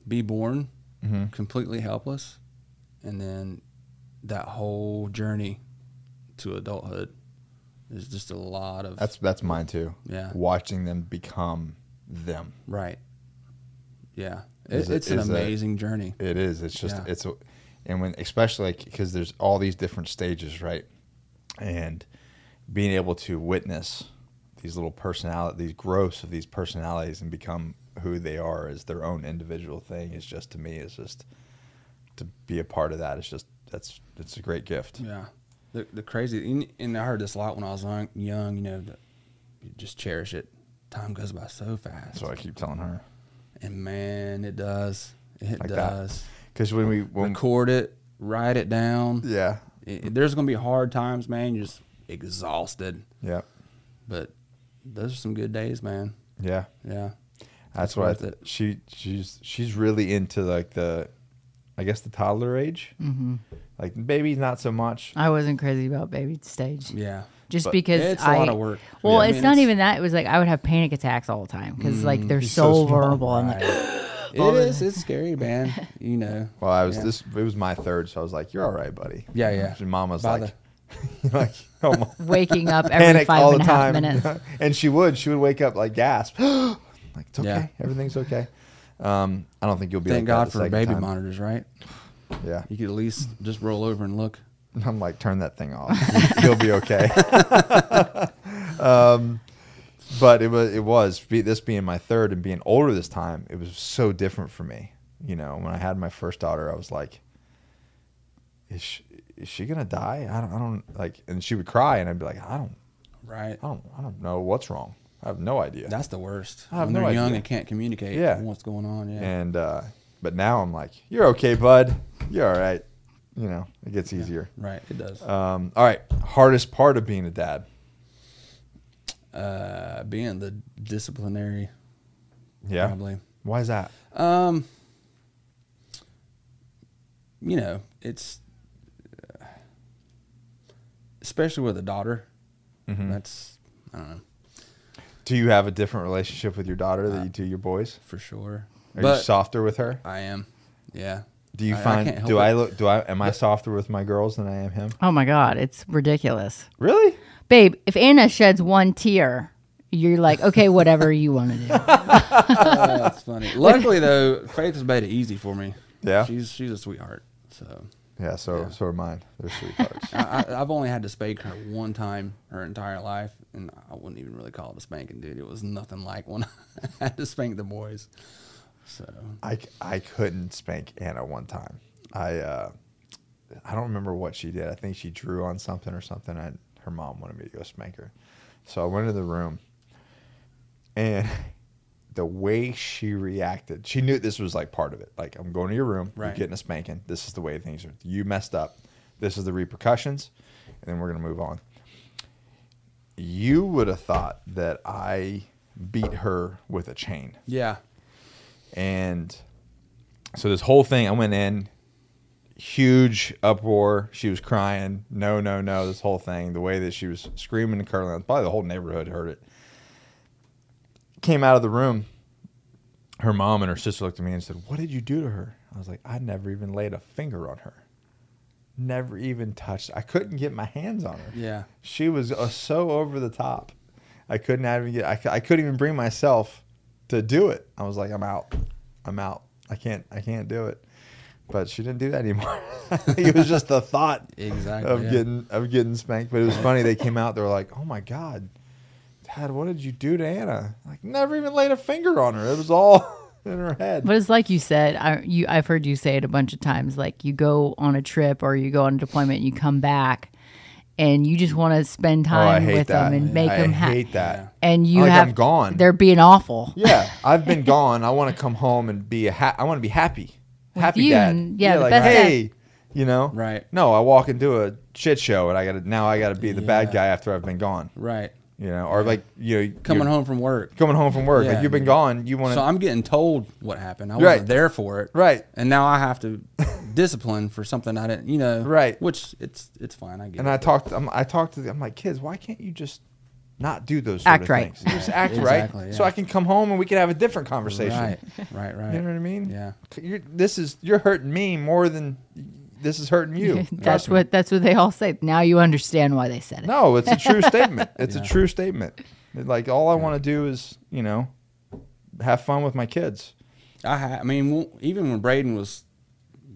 C: be born,
A: Mm-hmm.
C: completely helpless, and then that whole journey to adulthood. There's just a lot of
A: That's that's mine too.
C: Yeah.
A: Watching them become them.
C: right. Yeah,
A: Is
C: it,
A: it-
C: it's an
A: is it-
C: amazing journey.
A: It is. It's just
C: Yeah.
A: it's a, and when especially like because there's all these different stages, right? And being able to witness these little personality, these growths of these personalities, and become who they are as their own individual thing is just to me is just to be a part of that. It's just that's it's a great gift.
C: Yeah, the the crazy and, and I heard this a lot when I was young. young you know, that you just cherish it. Time goes by so fast,
A: That's what I keep telling her.
C: and man, it does. It
A: Like that.
C: does.
A: Because when we when
C: Record it, write it down.
A: yeah
C: It- there's gonna be hard times, man. You're just exhausted,
A: yeah
C: but those are some good days, man.
A: yeah
C: Yeah,
A: That's
C: It's
A: what I
C: worth
A: th-
C: it.
A: she she's she's really into like the, I guess the toddler age. Mm-hmm. Like baby, not so much.
C: Uh,
B: I wasn't crazy about baby stage.
C: yeah.
B: Just
A: But
B: because
C: it's a
B: I,
C: lot of work.
B: Well,
C: Yeah, I
B: it's
C: mean,
B: not
C: it's-
B: even that. It was like I would have panic attacks all the time because like they're so,
A: Mm, so small,
B: vulnerable. I'm like,
C: It is. It's scary, man. You know.
A: Well, I was
C: Yeah.
A: this. It was my third, so I was like, "You're all right, buddy."
C: Yeah, yeah.
A: And Mama's
C: By
A: like, like oh my,
B: waking up every
A: panic all
B: five
A: the
B: and a half
A: time,
B: minutes.
A: and she would. She would wake up like gasp, like it's okay,
C: Yeah.
A: everything's okay. Um, I don't think you'll be.
C: Thank
A: like that
C: God
A: the
C: for
A: second
C: baby
A: time.
C: monitors, right?
A: Yeah,
C: You could at least just roll over and look.
A: I'm like, turn that thing off. You'll be okay. um, but it was it was be, this being my third and being older this time. It was so different for me. You know, when I had my first daughter, I was like, "Is she, is she gonna die?" I don't, I don't like, and she would cry, and I'd be like, "I don't,
C: Right.
A: I don't, I don't know what's wrong. I have no idea."
C: That's the worst.
A: I have
C: when
A: no
C: they're young
A: idea.
C: and can't communicate
A: Yeah.
C: what's going on. Yeah.
A: And uh, but now I'm like, "You're okay, bud. You're all right." You know, it gets easier.
C: Right. It does.
A: Um, all right, hardest part of being a dad.
C: Uh, being the disciplinary,
A: Yeah.
C: probably.
A: Why is that?
C: Um, you know, it's uh, especially with a daughter.
A: Mm-hmm.
C: Mm-hmm. That's I don't know
A: Do you have a different relationship with your daughter than you do your boys?
C: for sure.
A: Are you
C: Uh, but
A: softer with her?
C: I am. Yeah.
A: Do you
C: I- I
A: find
C: can't help
A: do
C: it.
A: I look do I am I softer with my girls than I am him?
B: Oh my god, it's ridiculous,
A: Really?
B: babe. If Anna sheds one tear, you're like, okay, whatever you want to do.
C: Uh, that's funny. Luckily though, Faith has made it easy for me.
A: Yeah?
C: She's she's a sweetheart. So
A: Yeah, so so are mine. They're sweethearts.
C: I, I- I've only had to spank her one time her entire life, and I wouldn't even really call it a spanking, dude. It was nothing like when I had to spank the boys. So
A: I, c- I couldn't spank Anna one time. I uh, I don't remember what she did. I think she drew on something or something. I, her mom wanted me to go spank her, so I went into the room, and the way she reacted, she knew this was like part of it. Like I'm going to your room, you're
C: Right.
A: getting a spanking. This is the way things are. You messed up. This is the repercussions, and then we're gonna move on. You would have thought that I beat her with a chain.
C: yeah,
A: And so this whole thing, I went in, huge uproar. She was crying, no, no, no. This whole thing, the way that she was screaming and curling, probably the whole neighborhood heard it. Came out of the room. Her mom and her sister looked at me and said, "What did you do to her?" I was like, "I never even laid a finger on her. Never even touched. I couldn't get my hands on her.
C: yeah,
A: She was uh, so over the top. I couldn't even get. I, cou- I couldn't even bring myself to do it. I was like, I'm out. I'm out. I can't. I can't do it. But she didn't do that anymore. it was just the thought
C: Exactly,
A: of
C: yeah.
A: getting of getting spanked. But it was funny. They came out. They were like, Oh my god, Dad, what did you do to Anna? Like, never even laid a finger on her. It was all in her head.
B: But it's like you said, I, you, I've heard you say it a bunch of times. Like you go on a trip or you go on a deployment, and you come back, and you just want to spend
A: oh, I
B: time
A: hate
B: with
A: that.
B: them and make
A: I
B: them
A: hate
B: happy.
A: that.
B: And you
A: Like, I'm
B: have
A: gone.
B: They're being awful.
A: Yeah, I've been gone. I want to come home and be a ha- I want to be happy, happy
B: you
A: dad.
B: and- yeah, the
A: like
B: best dad.
A: hey, you know,
C: Right.
A: No, I walk into a shit show and I got to now I got to be the bad
C: Yeah.
A: guy after I've been gone.
C: right.
A: You know, or like you know,
C: Coming
A: you're
C: home from work,
A: coming home from work,
C: Yeah.
A: like you've been gone. You want
C: so
A: to
C: I'm getting told what happened. I
A: Right.
C: wasn't there for it,
A: Right.
C: And now I have to discipline for something I didn't, you know,
A: Right.
C: Which it's it's fine. I get.
A: and
C: it.
A: I talked. I'm, I talked to. The, I'm like, kids, why can't you just not do those sort
B: Act
A: of
B: right.
A: things? Just act
C: Exactly,
A: right,
C: yeah.
A: so I can come home and we can have a different conversation.
C: right, right, right.
A: You know what I mean?
C: Yeah.
A: You're, this is you're hurting me more than this is hurting you.
B: that's what that's what they all say. Now you understand why they said it.
A: No, it's a true statement. It's a true statement. Like all I want to do is, you know, have fun with my kids.
C: I, ha- I mean, w- even when Braden was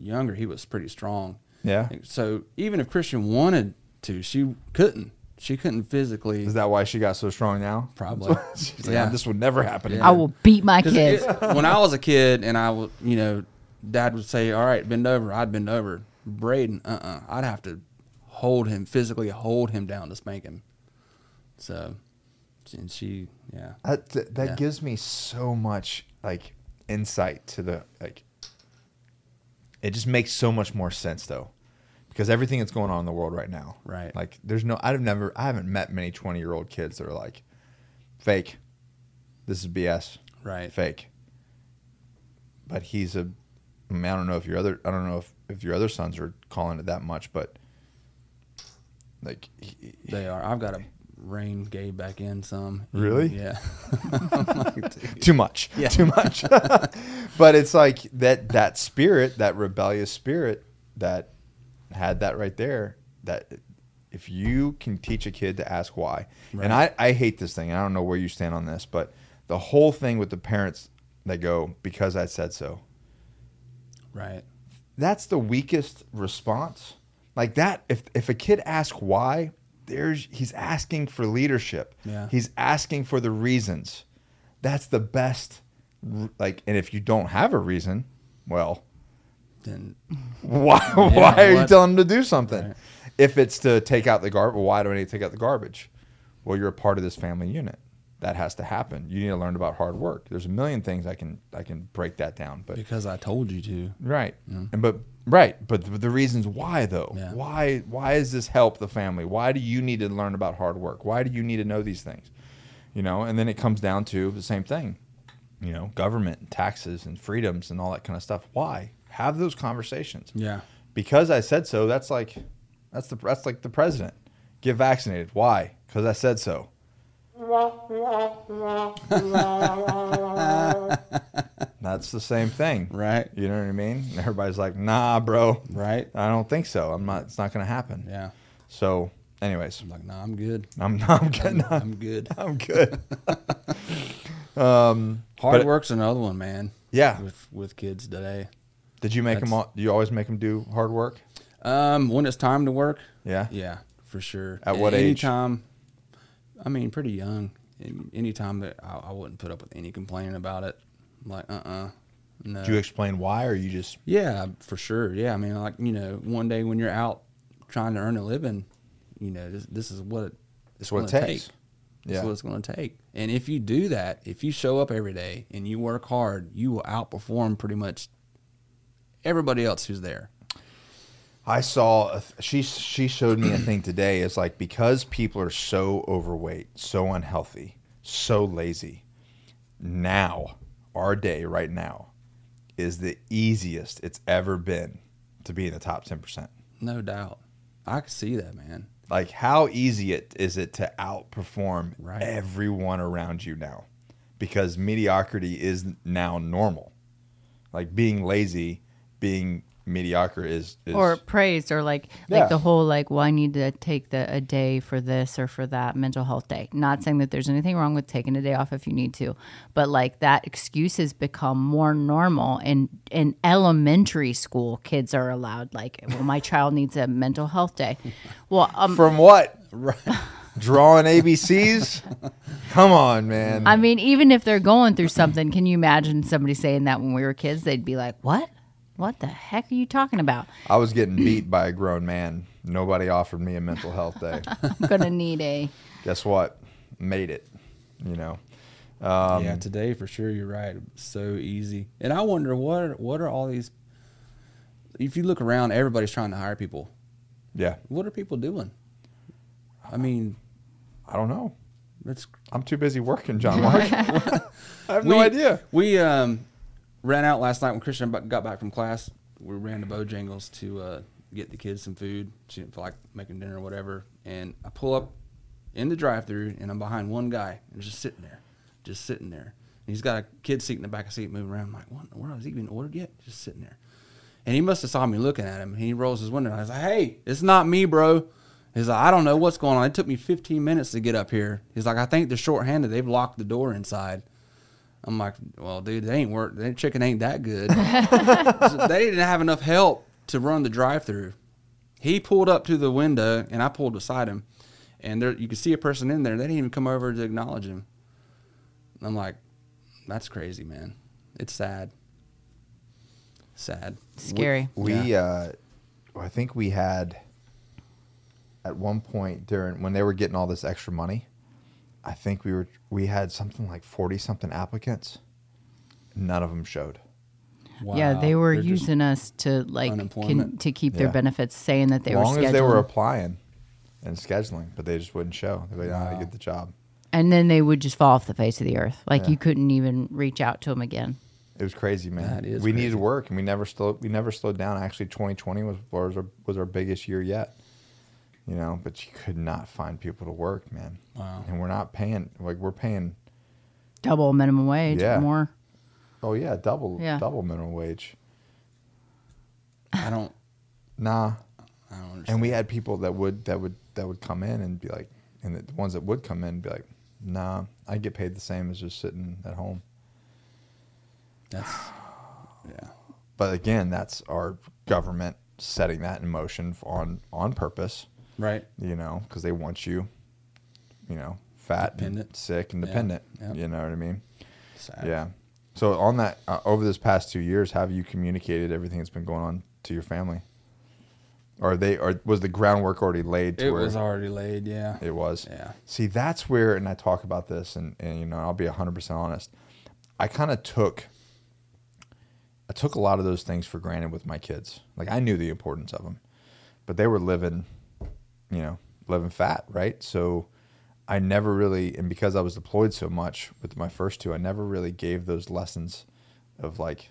C: younger, he was pretty strong.
A: Yeah.
C: So even if Christian wanted to, she couldn't. She couldn't physically.
A: Is that why she got so strong now?
C: Probably.
A: She's like,
C: Yeah.
A: this would never happen.
C: Yeah.
B: I will beat my
C: 'Cause
B: kids.
C: it- when I was a kid, and I would, you know, Dad would say, "All right, bend over." I'd bend over. Braden, uh, uh-uh. uh, i would have to hold him physically, hold him down to spank him. So, and she, yeah,
A: That that, that
C: Yeah.
A: gives me so much like insight to the like. It just makes so much more sense though, because everything that's going on in the world right now.
C: Right.
A: Like, there's no. I've never. I haven't met many 20 year old kids that are like, fake. This is BS.
C: right,
A: Fake. But he's a. I, mean, I don't know if your other. I don't know if if your other sons are calling it that much, but. Like, he-
C: they are. I've got to rein Gabe back in some.
A: Really?
C: Yeah.
A: too much too much but it's like that that spirit that rebellious spirit that had that right there that if you can teach a kid to ask why and I, I hate this thing and i don't know where you stand on this but the whole thing with the parents that go because i said so
C: Right.
A: that's the weakest response. Like that, if if a kid asks why, there's he's asking for leadership.
C: Yeah.
A: He's asking for the reasons. That's the best. r- Like, and if you don't have a reason, well,
C: Then
A: why why are you
C: what?
A: telling them to do something? If it's to take out the garbage, well, why do I need to take out the garbage? Well, you're a part of this family unit. That has to happen. You need to learn about hard work. There's a million things I can I can break that down, but
C: because I told you to.
A: Right. And but right, but the, the reasons why though.
C: Yeah.
A: Why why is this help the family? Why do you need to learn about hard work? Why do you need to know these things? You know, and then it comes down to the same thing. You know, government and taxes and freedoms and all that kind of stuff. Why? Have those conversations.
C: Yeah.
A: Because I said so, that's like that's the that's like the president. Get vaccinated. Why? Cuz I said so. That's the same thing.
C: Right.
A: You know what I mean? And everybody's like, nah, bro.
C: Right.
A: I don't think so. I'm not. It's not going to happen.
C: Yeah.
A: So, anyways,
C: I'm like, nah, I'm good.
A: I'm I'm good. I'm,
C: I'm good.
A: good.
C: Hard
A: But-
C: work's another one, man.
A: Yeah.
C: With with kids today.
A: Did you make them?
C: That's-
A: All, do you always make them do hard work?
C: Um, when it's time to work.
A: Yeah?
C: Yeah, for sure.
A: At what age?
C: Anytime. I mean, pretty young. An- Anytime that I, I wouldn't put up with any complaining about it. I'm like, uh, uh no.
A: Do you explain why, or you just
C: yeah, for sure. Yeah, I mean, like you know, one day when you're out trying to earn a living, you know, this, this is what it,
A: it's what it
C: gonna
A: takes?
C: take. That's
A: Yeah.
C: what it's going to take. And if you do that, if you show up every day and you work hard, you will outperform pretty much everybody else who's there.
A: I saw a th- she she showed me a thing today. It's like because people are so overweight, so unhealthy, so lazy. Now, our day right now is the easiest it's ever been to be in the top ten percent.
C: No doubt. I could see that, man.
A: Like how easy it is it to outperform
C: Right.
A: everyone around you now? Because mediocrity is now normal. Like being lazy, being mediocre is, is
B: or praise or like
A: Yeah.
B: like the whole like well i need to take the a day for this or for that mental health day not saying that there's anything wrong with taking a day off if you need to but like that excuse has become more normal and in elementary school kids are allowed like well my child needs a mental health day well um,
A: from what? Drawing ABCs? Come on, man.
B: i mean even if they're going through something can you imagine somebody saying that when we were kids they'd be like what what the heck are you talking about
A: I was getting beat by a grown man. Nobody offered me a mental health day.
B: i'm gonna need a
A: Guess what? Made it. You know. Um,
C: yeah, today for sure. You're right. So easy. And I wonder what are, what are all these? If you look around, everybody's trying to hire people.
A: Yeah.
C: What are people doing? I mean,
A: I don't know.
C: that's
A: I'm too busy working, John Mark. I have no
C: we-
A: idea.
C: We um, ran out last night when Christian bu- got back from class. We ran to Bojangles to uh, get the kids some food. She didn't feel like making dinner or whatever. And I pull up in the drive-through, and I'm behind one guy, and he's just sitting there, just sitting there. And he's got a kid seat in the back of the seat moving around. I'm like, what in the world? Has he even ordered yet? Just sitting there. And he must have saw me looking at him. He rolls his window. I was like, "Hey, it's not me, bro." He's like, "I don't know what's going on. It took me 15 minutes to get up here." He's like, "I think they're shorthanded. They've locked the door inside." I'm like, "Well, dude, they ain't work. Their chicken ain't that good. So they didn't have enough help to run the drive-through." He pulled up to the window, and I pulled beside him. And there, you could see a person in there. They didn't even come over to acknowledge him. And I'm like, that's crazy, man. It's sad. Sad.
B: Scary.
A: We, uh, I think we had at one point during when they were getting all this extra money. I think we were we had something like forty something applicants. None of them showed.
B: Yeah, they were
C: They're just-
B: using us to like can,
C: Unemployment.
B: to keep their
A: Yeah.
B: benefits, saying that they
A: As long
B: were scheduled.
A: as they were applying and scheduling, but they just wouldn't show. They didn't know how to "Ah, get the job.
B: and then they would just fall off the face of the earth. Like
A: Yeah.
B: you couldn't even reach out to them again.
A: It was crazy, man.
C: That is
A: we
C: crazy.
A: needed work, and we never slowed. We never slowed down. Actually, 2020 was was our, was our biggest year yet. You know, but you could not find people to work, man.
C: Wow.
A: And we're not paying like we're paying.
B: Double minimum wage,
A: Yeah.
B: more.
A: Oh yeah, double
B: Yeah.
A: double minimum wage.
C: I don't.
A: Nah,
C: I don't understand.
A: and we had people that would that would that would come in and be like, and the ones that would come in be like, nah, I get paid the same as just sitting at home.
C: That's. Yeah.
A: But again, that's our government setting that in motion on on purpose.
C: Right.
A: you know, because they want you, you know, fat, and
C: Dependent.
A: sick, and
C: Yeah,
A: dependent.
C: yeah.
A: You know what I mean?
C: Sad.
A: Yeah. So on that, uh, over this past two years, have you communicated everything that's been going on to your family? Or they, or was the groundwork already laid? To
C: It
A: where
C: was already laid. Yeah.
A: It was.
C: Yeah.
A: See, that's where, and I talk about this, and, and you know, I'll be 100% honest. I kind of took, I took a lot of those things for granted with my kids. Like I knew the importance of them, but they were living, you know, living fat, right? So I never really, and because I was deployed so much with my first two, I never really gave those lessons of like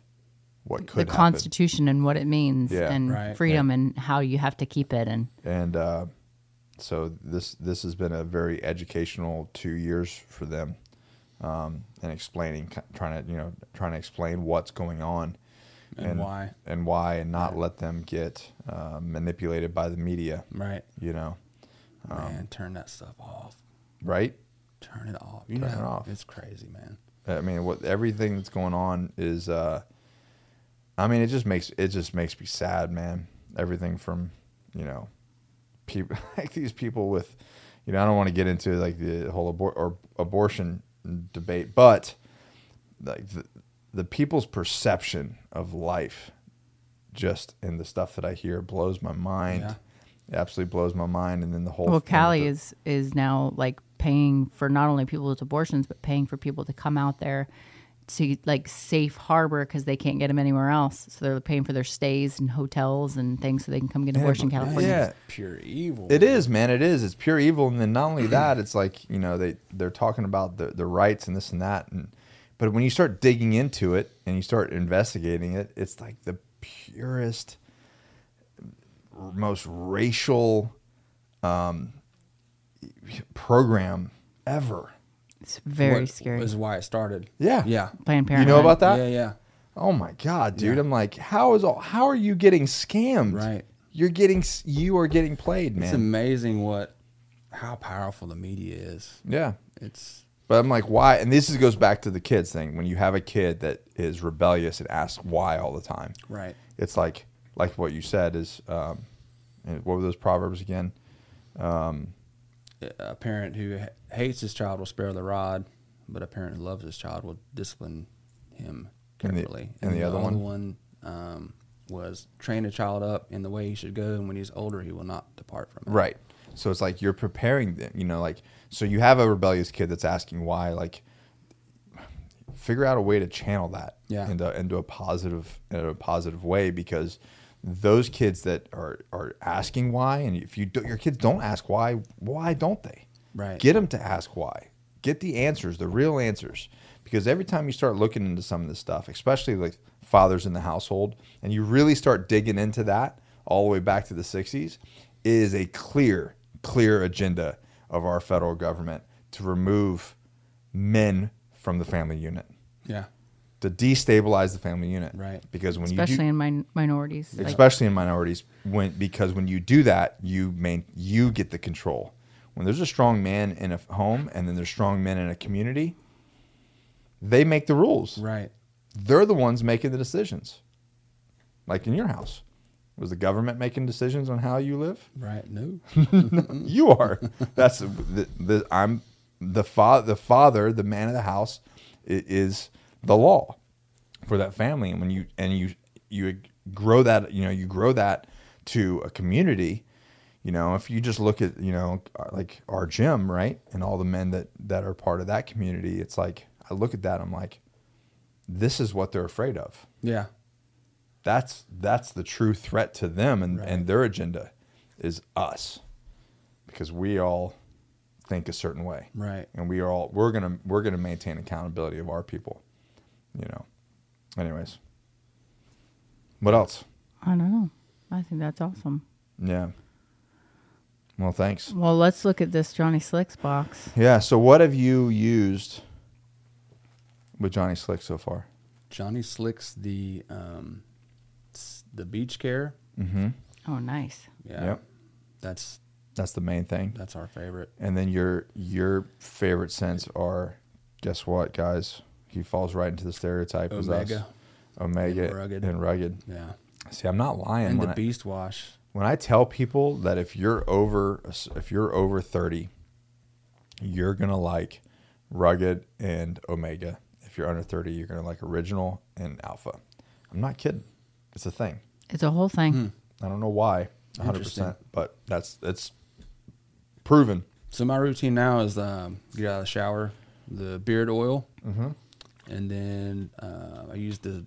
A: what could
B: the
A: happen.
B: Constitution and what it means,
A: Yeah.
B: and
C: Right.
B: freedom, and how you have to keep it, and
A: and uh, so this this has been a very educational two years for them, um, and explaining, ki- trying to you know trying to explain what's going on
C: And why.
A: and why, and not let them get uh, manipulated by the media.
C: Right.
A: You know, Um,
C: man, turn that stuff off.
A: right?
C: Turn it off. You
A: Turn
C: know,
A: it off.
C: It's crazy, man.
A: I mean, what everything that's going on is. Uh, I mean, it just makes it just makes me sad, man. Everything from, you know, people like these people with, you know, I don't want to get into like the whole abor- or abortion debate, but like the, the people's perception of life, just in the stuff that I hear, blows my mind.
C: Yeah.
A: It absolutely blows my mind, and then the whole
B: well,
A: thing with
B: Cali
A: the-
B: is is now like paying for not only people with abortions, but paying for people to come out there to like safe harbor because they can't get them anywhere else. So they're paying for their stays and hotels and things so they can come get an
A: Yeah,
B: abortion in
A: but-
B: California.
A: Yeah.
C: It's pure evil.
A: It is, man. It is. It's pure evil, and then not only that, it's like you know they they're talking about the the rights and this and that, and but when you start digging into it and you start investigating it, it's like the purest, most racial um, program ever.
B: It's very
C: What-
B: scary.
C: Is why it started.
A: Yeah.
C: Yeah.
A: You
B: Planned Parenthood.
A: know about that?
C: Yeah. Yeah.
A: Oh my god, dude! I'm like, how is all? How are you getting scammed?
C: Right.
A: You're getting s- you are getting played,
C: It's
A: man.
C: amazing what how powerful the media is.
A: yeah.
C: It's
A: But I'm like, why? And this is, goes back to the kids thing. When you have a kid that is rebellious and asks why all the time,
C: right.
A: it's like, like what you said is, um, and what were those proverbs again?
C: uh, A parent who h- hates his child will spare the rod, but a parent who loves his child will discipline him
A: And the-
C: carefully.
A: and the other
C: other
A: one?
C: one um, was train a child up in the way he should go, and when he's older, he will not depart from it.
A: Right. So it's like you're preparing them, you know, like, so you have a rebellious kid that's asking why, like, figure out a way to channel that
C: Yeah.
A: into, into a positive, in a positive way because those kids that are, are asking why, and if you do, your kids don't ask why, why don't they?
C: Right.
A: Get them to ask why. Get the answers, the real answers. Because every time you start looking into some of this stuff, especially like fathers in the household, and you really start digging into that all the way back to the 60s, it is a clear, clear agenda of our federal government to remove men from the family unit.
C: Yeah.
A: to destabilize the family unit.
C: Right.
A: Because when you do,
B: especially in min- minorities. Like,
A: especially in minorities when because when you do that you main you get the control when there's a strong man in a f- home and then there's strong men in a community they make the rules
C: Right.
A: they're the ones making the decisions like in your house was the government making decisions on how you live
C: Right. No.
A: you are that's the, the i'm the father the father the man of the house i- is the law for that family and when you and you you grow that you know you grow that to a community you know if you just look at you know uh, like our gym right and all the men that that are part of that community it's like i look at that i'm like this is what they're afraid of
C: yeah.
A: that's that's the true threat to them and, and their agenda is us because we all think a certain way
C: Right.
A: and we are all we're gonna we're gonna maintain accountability of our people you know anyways what else
B: I don't know. I think that's awesome.
A: yeah well thanks
B: Well, let's look at this Johnny Slicks box.
A: yeah so what have you used with johnny slick so far
C: Johnny Slicks the um, s- the beach care.
A: mm-hmm
B: Oh, nice.
C: Yeah.
A: Yep.
C: That's
A: that's the main thing
C: that's our favorite.
A: And then your your favorite scents are, guess what, guys? He falls right into the stereotype as us.
C: Omega.
A: Omega
C: And rugged.
A: and rugged.
C: Yeah.
A: See, I'm not lying
C: And
A: when,
C: the
A: I,
C: beast wash.
A: when I tell people that if you're over if you're over 30, you're gonna like rugged and omega. If you're under 30, you're gonna like original and alpha. I'm not kidding. It's a thing.
B: It's a whole thing.
C: Hmm.
A: I don't know why, 100,
C: Interesting.
A: percent but that's it's proven.
C: So my routine now is um, get out of the shower, the beard oil,
A: Mm-hmm.
C: and then uh, I use the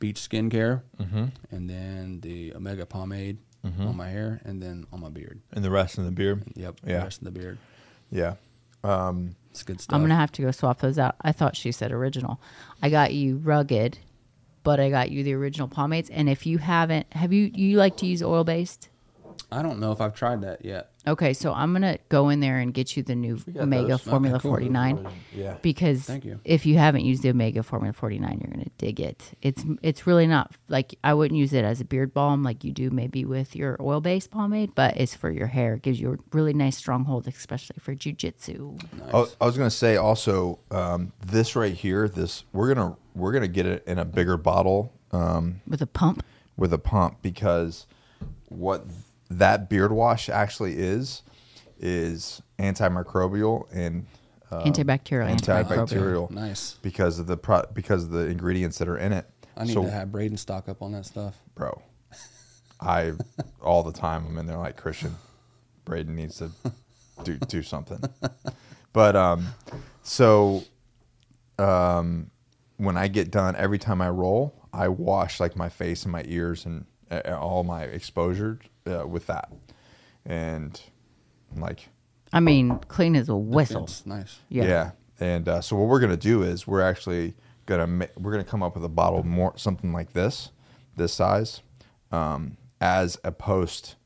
C: beach skincare,
A: Mm-hmm.
C: and then the omega pomade on my hair, and then on my beard.
A: And the rest in the beer.
C: Yep.
A: Yeah.
C: The rest of the beard.
A: Yeah. Um,
C: It's good stuff.
B: I'm gonna have to go swap those out. I thought she said original. I got you rugged, but I got you the original pomades. And if you haven't, have you you like to use oil based?
C: I don't know if I've tried that yet.
B: Okay, so I'm gonna go in there and get you the new
A: got
B: Omega
A: those.
B: Formula
C: Okay, cool.
B: 49.
A: Yeah.
B: Because
C: Thank you.
B: if you haven't used the Omega Formula 49, you're gonna dig it. It's it's really not like I wouldn't use it as a beard balm like you do maybe with your oil based pomade, but it's for your hair. It gives you a really nice stronghold, especially for jujitsu.
A: I was- I was gonna say also um, this right here. This we're gonna we're gonna get it in a bigger bottle um,
B: With a pump.
A: with a pump because what that beard wash actually is is antimicrobial and um,
B: Antibacterial,
A: antibacterial.
C: Nice.
A: because of the pro- because of the ingredients that are in it.
C: I need
A: so,
C: to have Braden stock up on that stuff.
A: bro. I all the time I'm in there like Christian, Braden needs to do do something. But um, so um, when I get done, every time I roll, I wash like my face and my ears and uh, uh, all my exposure uh, with that, and like
B: I mean, clean as a whistle.
C: It's nice.
A: yeah.
B: Yeah.
A: And uh, so what we're gonna do is we're actually gonna ma- we're gonna come up with a bottle more something like this, this size, um, as a post.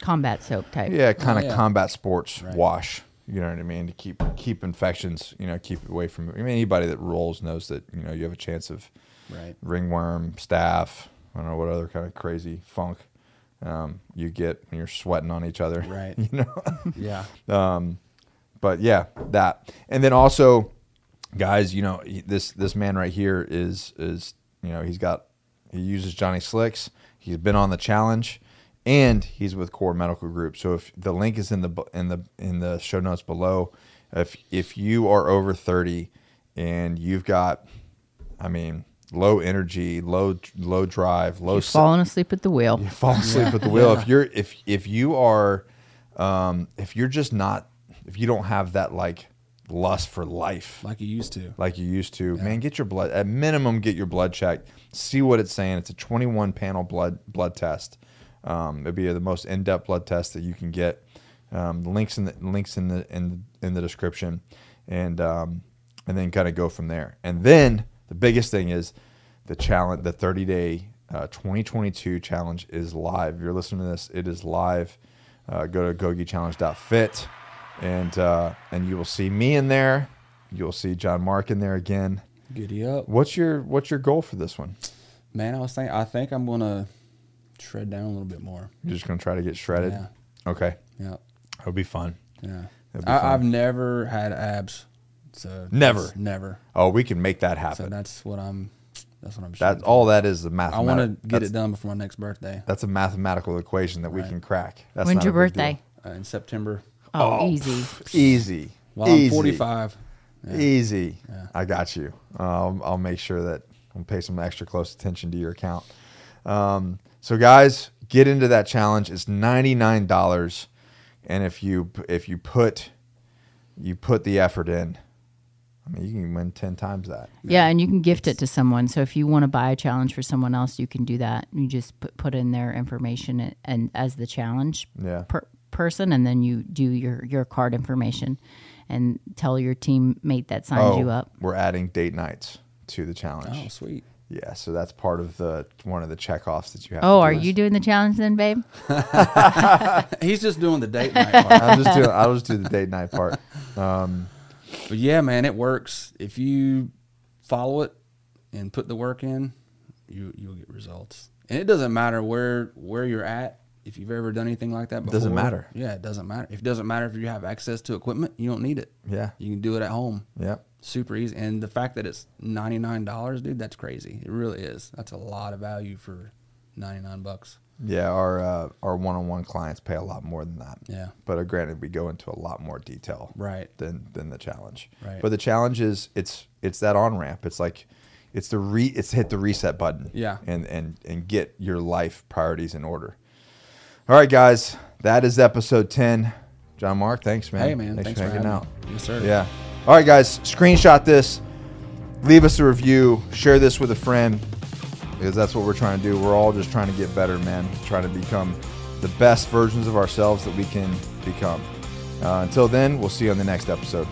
B: Combat soap type.
A: Yeah, kind of
C: Oh, yeah.
A: combat sports wash. You know what I mean? To keep keep infections, you know, keep it away from. I mean, anybody that rolls knows that you know you have a chance of
C: Right.
A: ringworm, staff. I don't know what other kind of crazy funk um, you get when you're sweating on each other.
C: Right.
A: You know.
C: Yeah.
A: but yeah, that. And then also, guys, you know he- this this man right here is is you know he's got he uses Johnny Slicks. He's been on the challenge, and he's with Core Medical Group. So if the link is in the bu- in the in the show notes below, if if you are over thirty and you've got, I mean, low energy, low low drive, low
B: You've
A: se-
B: fallen asleep at the wheel.
A: you fall asleep at the wheel if you're if if you are um if you're just not if you don't have that like lust for life
C: Like you used to.
A: like you used to man get your blood at minimum get your blood checked see what it's saying it's a 21 panel blood blood test um it'd be the most in-depth blood test that you can get um links in the links in the in in the description and um and then kind of go from there and then the biggest thing is the challenge the 30 day uh, 2022 challenge is live if you're listening to this it is live uh, go to gogichallenge.fit and uh, and you will see me in there you'll see john mark in there again
C: Giddy up,
A: What's your What's your goal for this one?
C: man. I was thinking. I think I'm gonna shred down a little bit more.
A: You're just gonna try to get shredded.
C: Yeah.
A: Okay,
C: Yeah,
A: it'll be fun.
C: yeah.
A: That'd be fun.
C: I, I've never had abs, so
A: Never.
C: that's- never.
A: Oh, we can make that
C: So
A: happen.
C: that's what I'm. That's what I'm.
A: that
C: shooting.
A: all that is the math.
C: I want to get it done before my next birthday
A: That's a mathematical equation that we
C: Right.
A: can crack. That's not
B: When's your
A: a big deal.
B: birthday?
C: uh, in September.
B: Oh, easy.
A: pff, easy.
C: Well,
A: easy.
C: I'm 45. Yeah.
A: Easy.
C: Yeah.
A: I got you. Um, I'll make sure that I'll pay some extra close attention to your account. Um, so guys, get into that challenge. It's ninety nine dollars, and if you if you put you put the effort in, I mean you can win ten times that.
B: Yeah, and you can gift it to someone. So if you want to buy a challenge for someone else, you can do that. You just put, put in their information and, and as the challenge
A: Yeah.
B: per, person, and then you do your your card information, and tell your teammate that
A: Oh,
B: signs you up.
A: we're adding date nights to the challenge.
C: Oh, sweet.
A: Yeah, so that's part of the one of the checkoffs that you have.
B: Oh,
A: to
B: are
A: do.
B: you doing the challenge then, babe?
C: He's just doing the date night part.
A: I'm just doing. I'll just do the date night part.
C: But yeah, man, it works. If you follow it and put the work in, you you'll get results. And it doesn't matter where where you're at. If you've ever done anything like that before,
A: Doesn't matter.
C: Yeah, it doesn't matter. If it doesn't matter if you have access to equipment, you don't need it.
A: Yeah.
C: You can do it at home.
A: Yep.
C: Super easy. And the fact that it's $99, dude, that's crazy. It really is. That's a lot of value for 99 bucks.
A: Yeah, our uh, our one-on-one clients pay a lot more than that.
C: Yeah.
A: but uh, granted, we go into a lot more detail,
C: Right.
A: Than than the challenge,
C: Right.
A: But the challenge is it's it's that on ramp. It's like it's the re it's hit the reset button.
C: Yeah.
A: and and and get your life priorities in order. All right, guys, that is episode ten. John Mark, thanks, man.
C: Hey, man. Thanks, for
A: hanging
C: having
A: out.
C: Me. Yes, sir.
A: Yeah. All right, guys, screenshot this. Leave us a review. Share this with a friend because that's what we're trying to do. We're all just trying to get better, man. Trying to become the best versions of ourselves that we can become. Uh, until then, we'll see you on the next episode.